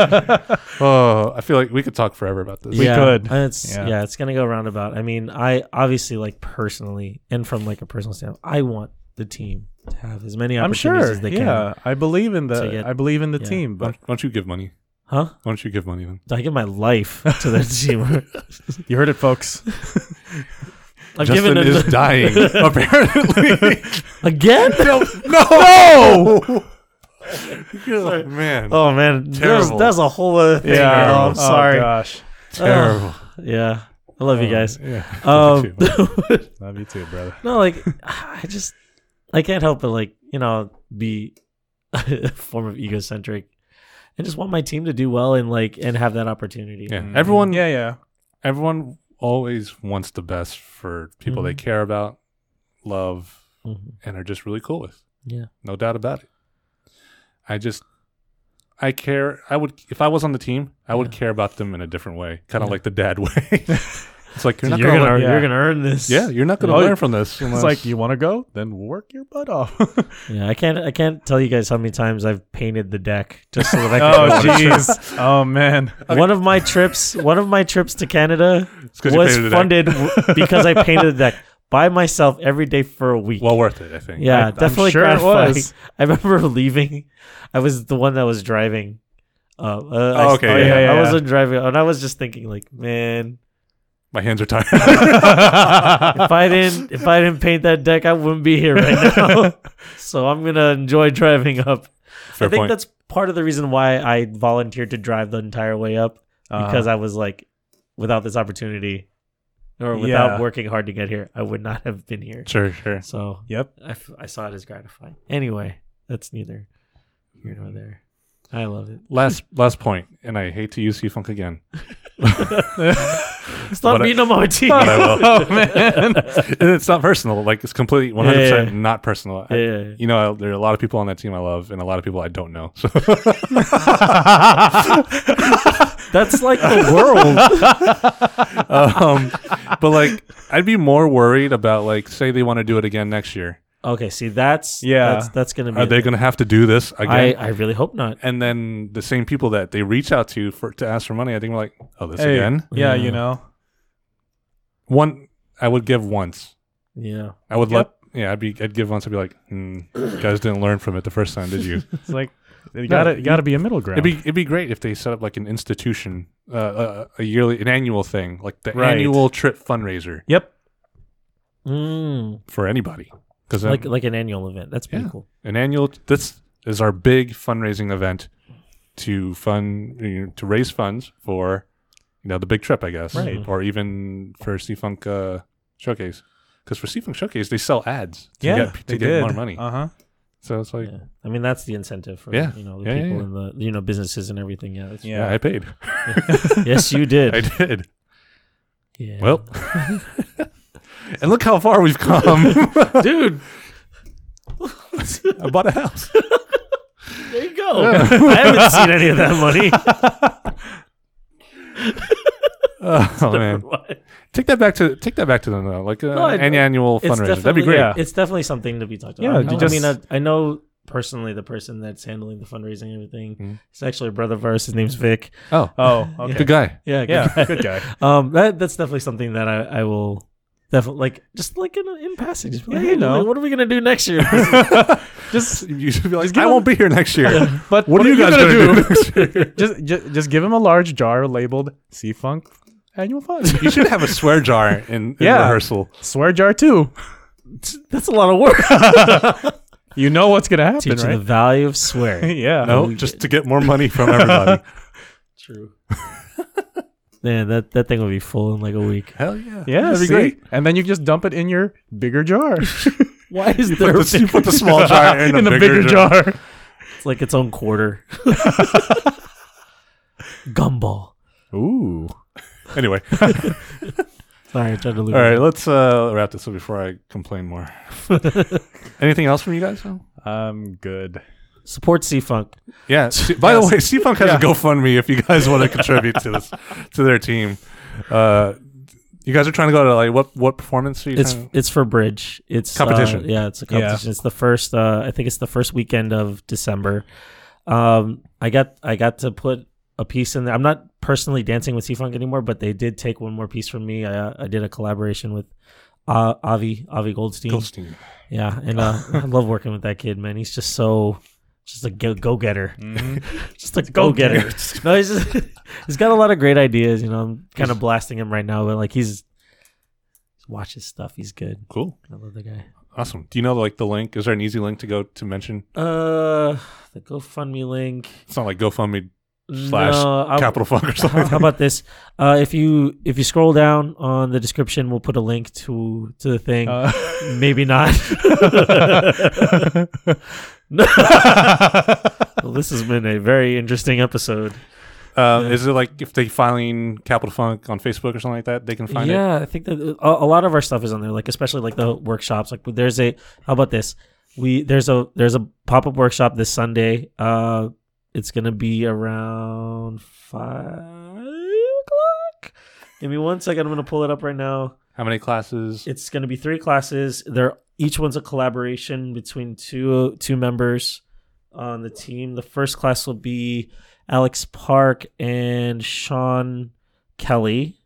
[SPEAKER 1] oh, I feel like we could talk forever about this.
[SPEAKER 2] We
[SPEAKER 3] yeah,
[SPEAKER 2] could.
[SPEAKER 3] and It's
[SPEAKER 2] Yeah.
[SPEAKER 3] yeah. it's gonna go roundabout. I mean, I obviously like personally and from like a personal standpoint, I want the team to have as many
[SPEAKER 2] I'm
[SPEAKER 3] opportunities
[SPEAKER 2] sure.
[SPEAKER 3] as they can.
[SPEAKER 2] Yeah, I believe in
[SPEAKER 3] to
[SPEAKER 2] the.
[SPEAKER 3] get-
[SPEAKER 2] I believe in the
[SPEAKER 3] yeah.
[SPEAKER 2] team,
[SPEAKER 1] Why
[SPEAKER 2] but
[SPEAKER 1] why don't you give money?
[SPEAKER 3] Huh?
[SPEAKER 1] Why don't you give money then?
[SPEAKER 3] I give my life to the team.
[SPEAKER 2] you heard it, folks.
[SPEAKER 3] I've
[SPEAKER 1] Justin
[SPEAKER 3] given it
[SPEAKER 1] is dying apparently.
[SPEAKER 3] again.
[SPEAKER 1] no, no, Oh, man,
[SPEAKER 3] Oh man, there's,
[SPEAKER 1] Terrible.
[SPEAKER 3] that's a whole other thing.
[SPEAKER 1] Yeah.
[SPEAKER 3] Oh,
[SPEAKER 2] Oh,
[SPEAKER 3] I'm sorry.
[SPEAKER 2] gosh,
[SPEAKER 1] terrible.
[SPEAKER 3] yeah, I love you guys.
[SPEAKER 1] Yeah.
[SPEAKER 3] Um,
[SPEAKER 2] love Oh, you too, brother.
[SPEAKER 3] no, like I just I can't help but like you know be a form of egocentric and just want my team to do well and like and have that opportunity.
[SPEAKER 1] yeah. Everyone,
[SPEAKER 2] Mm. Yeah, yeah.
[SPEAKER 1] everyone always wants the best for people
[SPEAKER 3] Mm-hmm.
[SPEAKER 1] they care about, love,
[SPEAKER 3] Mhm.
[SPEAKER 1] and are just really cool with.
[SPEAKER 3] Yeah.
[SPEAKER 1] No doubt about it. I just I care I would if I was on the team, I would care about them in a different way. Kind of
[SPEAKER 3] Yeah.
[SPEAKER 1] like the dad way. it's like you're
[SPEAKER 3] You're,
[SPEAKER 1] not gonna,
[SPEAKER 3] gonna,
[SPEAKER 1] learn,
[SPEAKER 3] earn,
[SPEAKER 2] yeah.
[SPEAKER 3] you're gonna earn this.
[SPEAKER 1] Yeah, you're not gonna
[SPEAKER 2] Oh,
[SPEAKER 1] learn from this.
[SPEAKER 2] It's
[SPEAKER 1] unless-
[SPEAKER 2] like you want to go, then work your butt off.
[SPEAKER 3] yeah. I can't. I can't tell you guys how many times I've painted the deck just so that I can.
[SPEAKER 2] oh jeez. Oh man.
[SPEAKER 3] One of my trips, one of my trips to Canada
[SPEAKER 1] 'cause you
[SPEAKER 3] was
[SPEAKER 1] painted the deck.
[SPEAKER 3] funded w- because I painted the deck by myself every day for a week.
[SPEAKER 1] well worth it, I think.
[SPEAKER 3] Yeah,
[SPEAKER 2] I'm
[SPEAKER 3] definitely
[SPEAKER 2] sure it
[SPEAKER 3] gratifying.
[SPEAKER 2] was.
[SPEAKER 3] I remember leaving. I was the one that was driving. Uh, uh, I-
[SPEAKER 1] Oh, okay,
[SPEAKER 3] I,
[SPEAKER 1] yeah,
[SPEAKER 2] yeah, yeah.
[SPEAKER 3] I wasn't driving, and I was just thinking, like, man,
[SPEAKER 1] My hands are tired.
[SPEAKER 2] Uh,
[SPEAKER 3] if I didn't, if I didn't paint that deck, I wouldn't be here right now. so I'm gonna enjoy driving up.
[SPEAKER 1] Fair
[SPEAKER 3] I think
[SPEAKER 1] point.
[SPEAKER 3] that's part of the reason why I volunteered to drive the entire way up
[SPEAKER 2] Uh-huh.
[SPEAKER 3] because I was like, without this opportunity, or without
[SPEAKER 2] Yeah.
[SPEAKER 3] working hard to get here, I would not have been here.
[SPEAKER 1] sure, sure.
[SPEAKER 3] So
[SPEAKER 2] Yep.
[SPEAKER 3] I, f- I saw it as gratifying. Anyway, that's neither here nor there. I love it.
[SPEAKER 1] Last last point, and I hate to use C Funk again.
[SPEAKER 3] Stop
[SPEAKER 1] But I-
[SPEAKER 3] beating on my team.
[SPEAKER 1] But I will.
[SPEAKER 2] oh man.
[SPEAKER 1] and it's not personal. Like it's completely one hundred
[SPEAKER 3] Yeah.
[SPEAKER 1] percent not personal. I-
[SPEAKER 3] Yeah, yeah, yeah.
[SPEAKER 1] you know, I, there are a lot of people on that team I love, and a lot of people I don't know. So
[SPEAKER 3] That's like the world.
[SPEAKER 1] um, but like I'd be more worried about like say they want to do it again next year.
[SPEAKER 3] okay, see, that's
[SPEAKER 2] Yeah.
[SPEAKER 3] that's, that's gonna be.
[SPEAKER 1] Are they going to have to do this again?
[SPEAKER 3] I, I really hope not.
[SPEAKER 1] and then the same people that they reach out to for to ask for money, I think we're like, oh, this
[SPEAKER 2] Hey,
[SPEAKER 1] again.
[SPEAKER 2] yeah,
[SPEAKER 3] Yeah.
[SPEAKER 2] you know.
[SPEAKER 1] One, I would give once.
[SPEAKER 3] Yeah.
[SPEAKER 1] I would
[SPEAKER 2] Yep.
[SPEAKER 1] let. Yeah, I'd be. I'd give once. I'd be like, hmm, you guys didn't learn from it the first time, did you?
[SPEAKER 2] It's like you gotta you gotta be a middle ground.
[SPEAKER 1] it'd be it'd be great if they set up like an institution, uh, a, a yearly, an annual thing, like the
[SPEAKER 2] Right.
[SPEAKER 1] annual trip fundraiser
[SPEAKER 2] yep.
[SPEAKER 3] Mm,
[SPEAKER 1] for anybody. Because
[SPEAKER 3] like like an annual event. That's pretty
[SPEAKER 1] Yeah.
[SPEAKER 3] cool.
[SPEAKER 1] an annual this is our big fundraising event to fund you know, to raise funds for you know the big trip i guess
[SPEAKER 2] Right.
[SPEAKER 1] or even for c-funk uh, showcase because for c-funk showcase they sell ads to
[SPEAKER 2] yeah,
[SPEAKER 1] get, to
[SPEAKER 2] they
[SPEAKER 1] get
[SPEAKER 2] did.
[SPEAKER 1] more money
[SPEAKER 2] Uh huh.
[SPEAKER 1] so it's like
[SPEAKER 3] Yeah. I mean, that's the incentive for
[SPEAKER 1] Yeah.
[SPEAKER 3] you know the
[SPEAKER 1] Yeah, yeah,
[SPEAKER 3] people
[SPEAKER 1] yeah.
[SPEAKER 3] and the you know businesses and everything. Yeah. that's-
[SPEAKER 1] yeah,
[SPEAKER 2] Yeah.
[SPEAKER 1] i paid
[SPEAKER 3] yes, you
[SPEAKER 1] i
[SPEAKER 3] did.
[SPEAKER 1] did
[SPEAKER 3] Yeah.
[SPEAKER 1] well and look how far we've come
[SPEAKER 3] dude,
[SPEAKER 1] i bought a house
[SPEAKER 3] there you go. I haven't seen any of that money.
[SPEAKER 1] oh man take that back to take that back to them though like uh,
[SPEAKER 3] No, I-
[SPEAKER 1] an annual
[SPEAKER 3] It's
[SPEAKER 1] fundraiser that'd be
[SPEAKER 3] definitely-
[SPEAKER 1] great
[SPEAKER 2] yeah.
[SPEAKER 3] It's definitely something to be talked
[SPEAKER 2] Yeah,
[SPEAKER 3] about.
[SPEAKER 2] you
[SPEAKER 3] I,
[SPEAKER 2] just-
[SPEAKER 3] mean, I, I know personally the person that's handling the fundraising and everything.
[SPEAKER 2] Mm-hmm.
[SPEAKER 1] Mhm.
[SPEAKER 3] It's actually a brother of ours. His name's Vic.
[SPEAKER 1] oh
[SPEAKER 2] Oh, okay.
[SPEAKER 1] good guy
[SPEAKER 3] Yeah, good
[SPEAKER 2] Yeah,
[SPEAKER 3] guy.
[SPEAKER 2] good guy.
[SPEAKER 3] Um, that that's definitely something that I, I will definitely like. Just like in, in passing, just be like,
[SPEAKER 2] Yeah,
[SPEAKER 3] hey,
[SPEAKER 2] you know.
[SPEAKER 3] like, what are we gonna do next year?
[SPEAKER 2] just,
[SPEAKER 1] you should be like
[SPEAKER 2] Just
[SPEAKER 1] i
[SPEAKER 2] give him-
[SPEAKER 1] won't be here next year
[SPEAKER 2] but
[SPEAKER 1] what, are you guys
[SPEAKER 2] gonna
[SPEAKER 1] gonna do next year
[SPEAKER 2] just, just, just give him a large jar labeled "Sea Funk Annual Fund."
[SPEAKER 1] You should have a swear jar in, in
[SPEAKER 2] Yeah.
[SPEAKER 1] rehearsal.
[SPEAKER 2] Swear jar too.
[SPEAKER 3] that's a lot of work.
[SPEAKER 2] You know what's gonna happen,
[SPEAKER 3] Teaching the
[SPEAKER 2] right?
[SPEAKER 3] value of swearing.
[SPEAKER 2] yeah.
[SPEAKER 1] No,
[SPEAKER 3] we
[SPEAKER 1] just to get more money from everybody.
[SPEAKER 3] True. Man, that, that thing will be full in like a week.
[SPEAKER 1] Hell yeah.
[SPEAKER 2] Yeah,
[SPEAKER 1] That'd be
[SPEAKER 2] see?
[SPEAKER 1] great.
[SPEAKER 2] And then you can just dump it in your bigger jar.
[SPEAKER 3] Why is
[SPEAKER 1] Put
[SPEAKER 3] there
[SPEAKER 1] the, you put the small jar in,
[SPEAKER 2] in
[SPEAKER 1] the,
[SPEAKER 2] a bigger, jar.
[SPEAKER 3] it's like its own quarter? Gumball.
[SPEAKER 2] Ooh.
[SPEAKER 1] Anyway,
[SPEAKER 3] Sorry, I tried to lose.
[SPEAKER 1] all right, let's uh, wrap this up before I complain more. Anything else from you guys? No?
[SPEAKER 2] I'm good.
[SPEAKER 3] Support C Funk.
[SPEAKER 1] Yeah. C- by the way, C Funk has a GoFundMe if you guys want to contribute to this to their team. Uh, you guys are trying to go to like what what performance are you
[SPEAKER 3] It's
[SPEAKER 1] trying to-
[SPEAKER 3] it's for bridge. It's uh,
[SPEAKER 1] Competition.
[SPEAKER 3] yeah, it's a competition. It's the first. Uh, I think it's the first weekend of December. Um, I got I got to put a piece in there. I'm not personally dancing with C Funk anymore, but they did take one more piece from me. I uh, I did a collaboration with uh, Avi Avi Goldstein.
[SPEAKER 1] Goldstein.
[SPEAKER 3] Yeah, and uh, I love working with that kid, man. He's just so just a go getter, just a go getter. No, he's just, he's got a lot of great ideas. You know, I'm kind of blasting him right now, but like he's watch his stuff. He's good.
[SPEAKER 1] Cool.
[SPEAKER 3] I love the guy.
[SPEAKER 1] Awesome. Do you know like the link? Is there an easy link to go to mention?
[SPEAKER 3] Uh, the GoFundMe link.
[SPEAKER 1] It's not like GoFundMe slash
[SPEAKER 3] No, I'll-
[SPEAKER 1] Capital Funk or something.
[SPEAKER 3] how, how about this? Uh, if you if you scroll down on the description, we'll put a link to to the thing.
[SPEAKER 2] Uh,
[SPEAKER 3] Maybe not. well, this has been a very interesting episode.
[SPEAKER 1] Uh, Is it like if they filing Capital Funk on Facebook or something like that, they can find it?
[SPEAKER 3] yeah, I think that a, a lot of our stuff is on there. Like especially like the workshops. Like there's a how about this? We there's a there's a pop up workshop this Sunday. Uh, it's gonna be around five o'clock. Give me one second. I'm gonna pull it up right now.
[SPEAKER 1] How many classes?
[SPEAKER 3] It's going to be three classes. They're each one's a collaboration between two two members on the team. The first class will be Alex Park and Sean Kelly,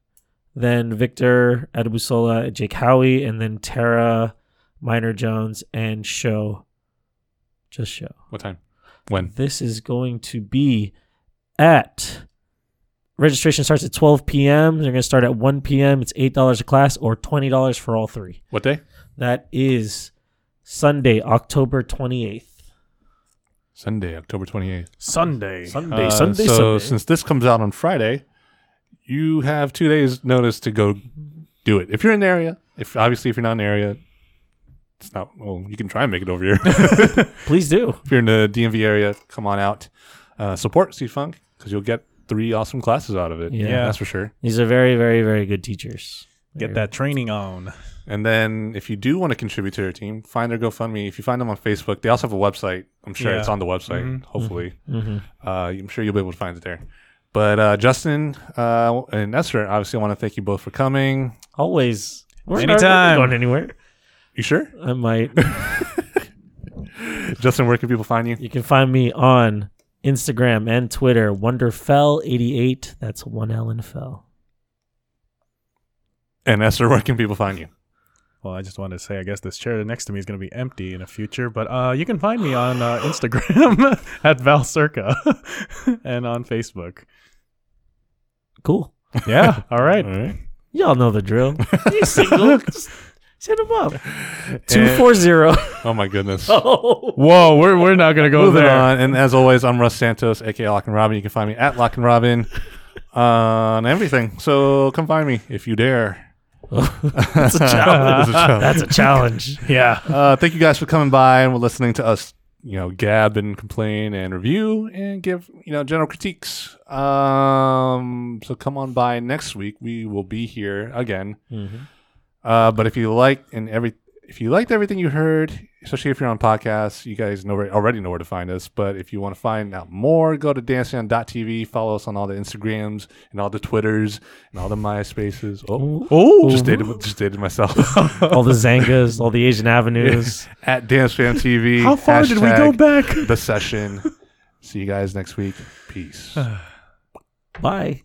[SPEAKER 3] then Victor Adebusola, and Jake Howie, and then Tara Minor Jones and Show. Just Show.
[SPEAKER 1] what time? When?
[SPEAKER 3] This is going to be at registration starts at 12 p.m. They're going to start at 1 p.m. It's $8 a class or $20 for all three.
[SPEAKER 1] What day?
[SPEAKER 3] That is Sunday, October 28th.
[SPEAKER 1] Sunday, October 28th.
[SPEAKER 2] Sunday.
[SPEAKER 3] Sunday,
[SPEAKER 1] Uh,
[SPEAKER 3] Sunday,
[SPEAKER 1] so
[SPEAKER 3] Sunday.
[SPEAKER 1] since this comes out on Friday, you have two days notice to go do it. If you're in the area, if obviously if you're not in the area, it's not. Well, you can try and make it over here. if
[SPEAKER 3] Please do.
[SPEAKER 1] you're in the DMV area, come on out. Uh, support C Funk because you'll get three awesome classes out of it.
[SPEAKER 3] Yeah.
[SPEAKER 1] that's for sure.
[SPEAKER 3] These are very, very, very good teachers.
[SPEAKER 2] Get that training on.
[SPEAKER 1] And then if you do want to contribute to their team, find their GoFundMe. If you find them on Facebook, they also have a website. I'm sure
[SPEAKER 2] Yeah. Mm-hmm.
[SPEAKER 1] it's on the website.
[SPEAKER 2] Mhm.
[SPEAKER 1] Hopefully.
[SPEAKER 3] hmm
[SPEAKER 1] Uh, I'm sure you'll be able to find it there. But uh, Justin uh, and Esther, obviously, I want to thank you both for coming.
[SPEAKER 3] Always. We're not-
[SPEAKER 2] Anytime.
[SPEAKER 3] We're not going anywhere.
[SPEAKER 1] You sure?
[SPEAKER 3] I might.
[SPEAKER 1] Justin, where can people find you?
[SPEAKER 3] You can find me on Instagram and Twitter, Wonderfell88. That's one L and Fell.
[SPEAKER 1] And Esther, where can people find you?
[SPEAKER 2] Well, I just wanted to say, I guess this chair next to me is going to be empty in the future, but uh, you can find me on uh, Instagram at Val Circa and on Facebook.
[SPEAKER 3] Cool.
[SPEAKER 2] Yeah. All right.
[SPEAKER 3] Y'all know the drill. you single. Just hit him up.
[SPEAKER 1] And-
[SPEAKER 3] 240.
[SPEAKER 1] Oh, my goodness.
[SPEAKER 3] Oh.
[SPEAKER 2] Whoa, we're, we're not going to go
[SPEAKER 1] Moving
[SPEAKER 2] there.
[SPEAKER 1] on. And as always, I'm Russ Santos, aka Lock and Robin. You can find me at Lock and Robin on everything. So come find me if you dare.
[SPEAKER 3] That's a challenge. That's a challenge.
[SPEAKER 2] Yeah.
[SPEAKER 1] uh, thank you guys for coming by and listening to us you know gab and complain and review and give you know general critiques um so come on by next week we will be here again uh but if you like and every if you liked everything you heard especially if you're on podcasts you guys know where, already know where to find us but if you want to find out more go to dancing.tv follow us on all the instagrams and all the twitters and all the myspaces oh
[SPEAKER 2] Oh,
[SPEAKER 1] just dated, just dated myself
[SPEAKER 3] all the Zangas, all the Asian Avenues.
[SPEAKER 1] at Dance Fam TV.
[SPEAKER 2] how far did we go
[SPEAKER 1] hashtag
[SPEAKER 2] back?
[SPEAKER 1] The session. See you guys next week. Peace.
[SPEAKER 3] Bye.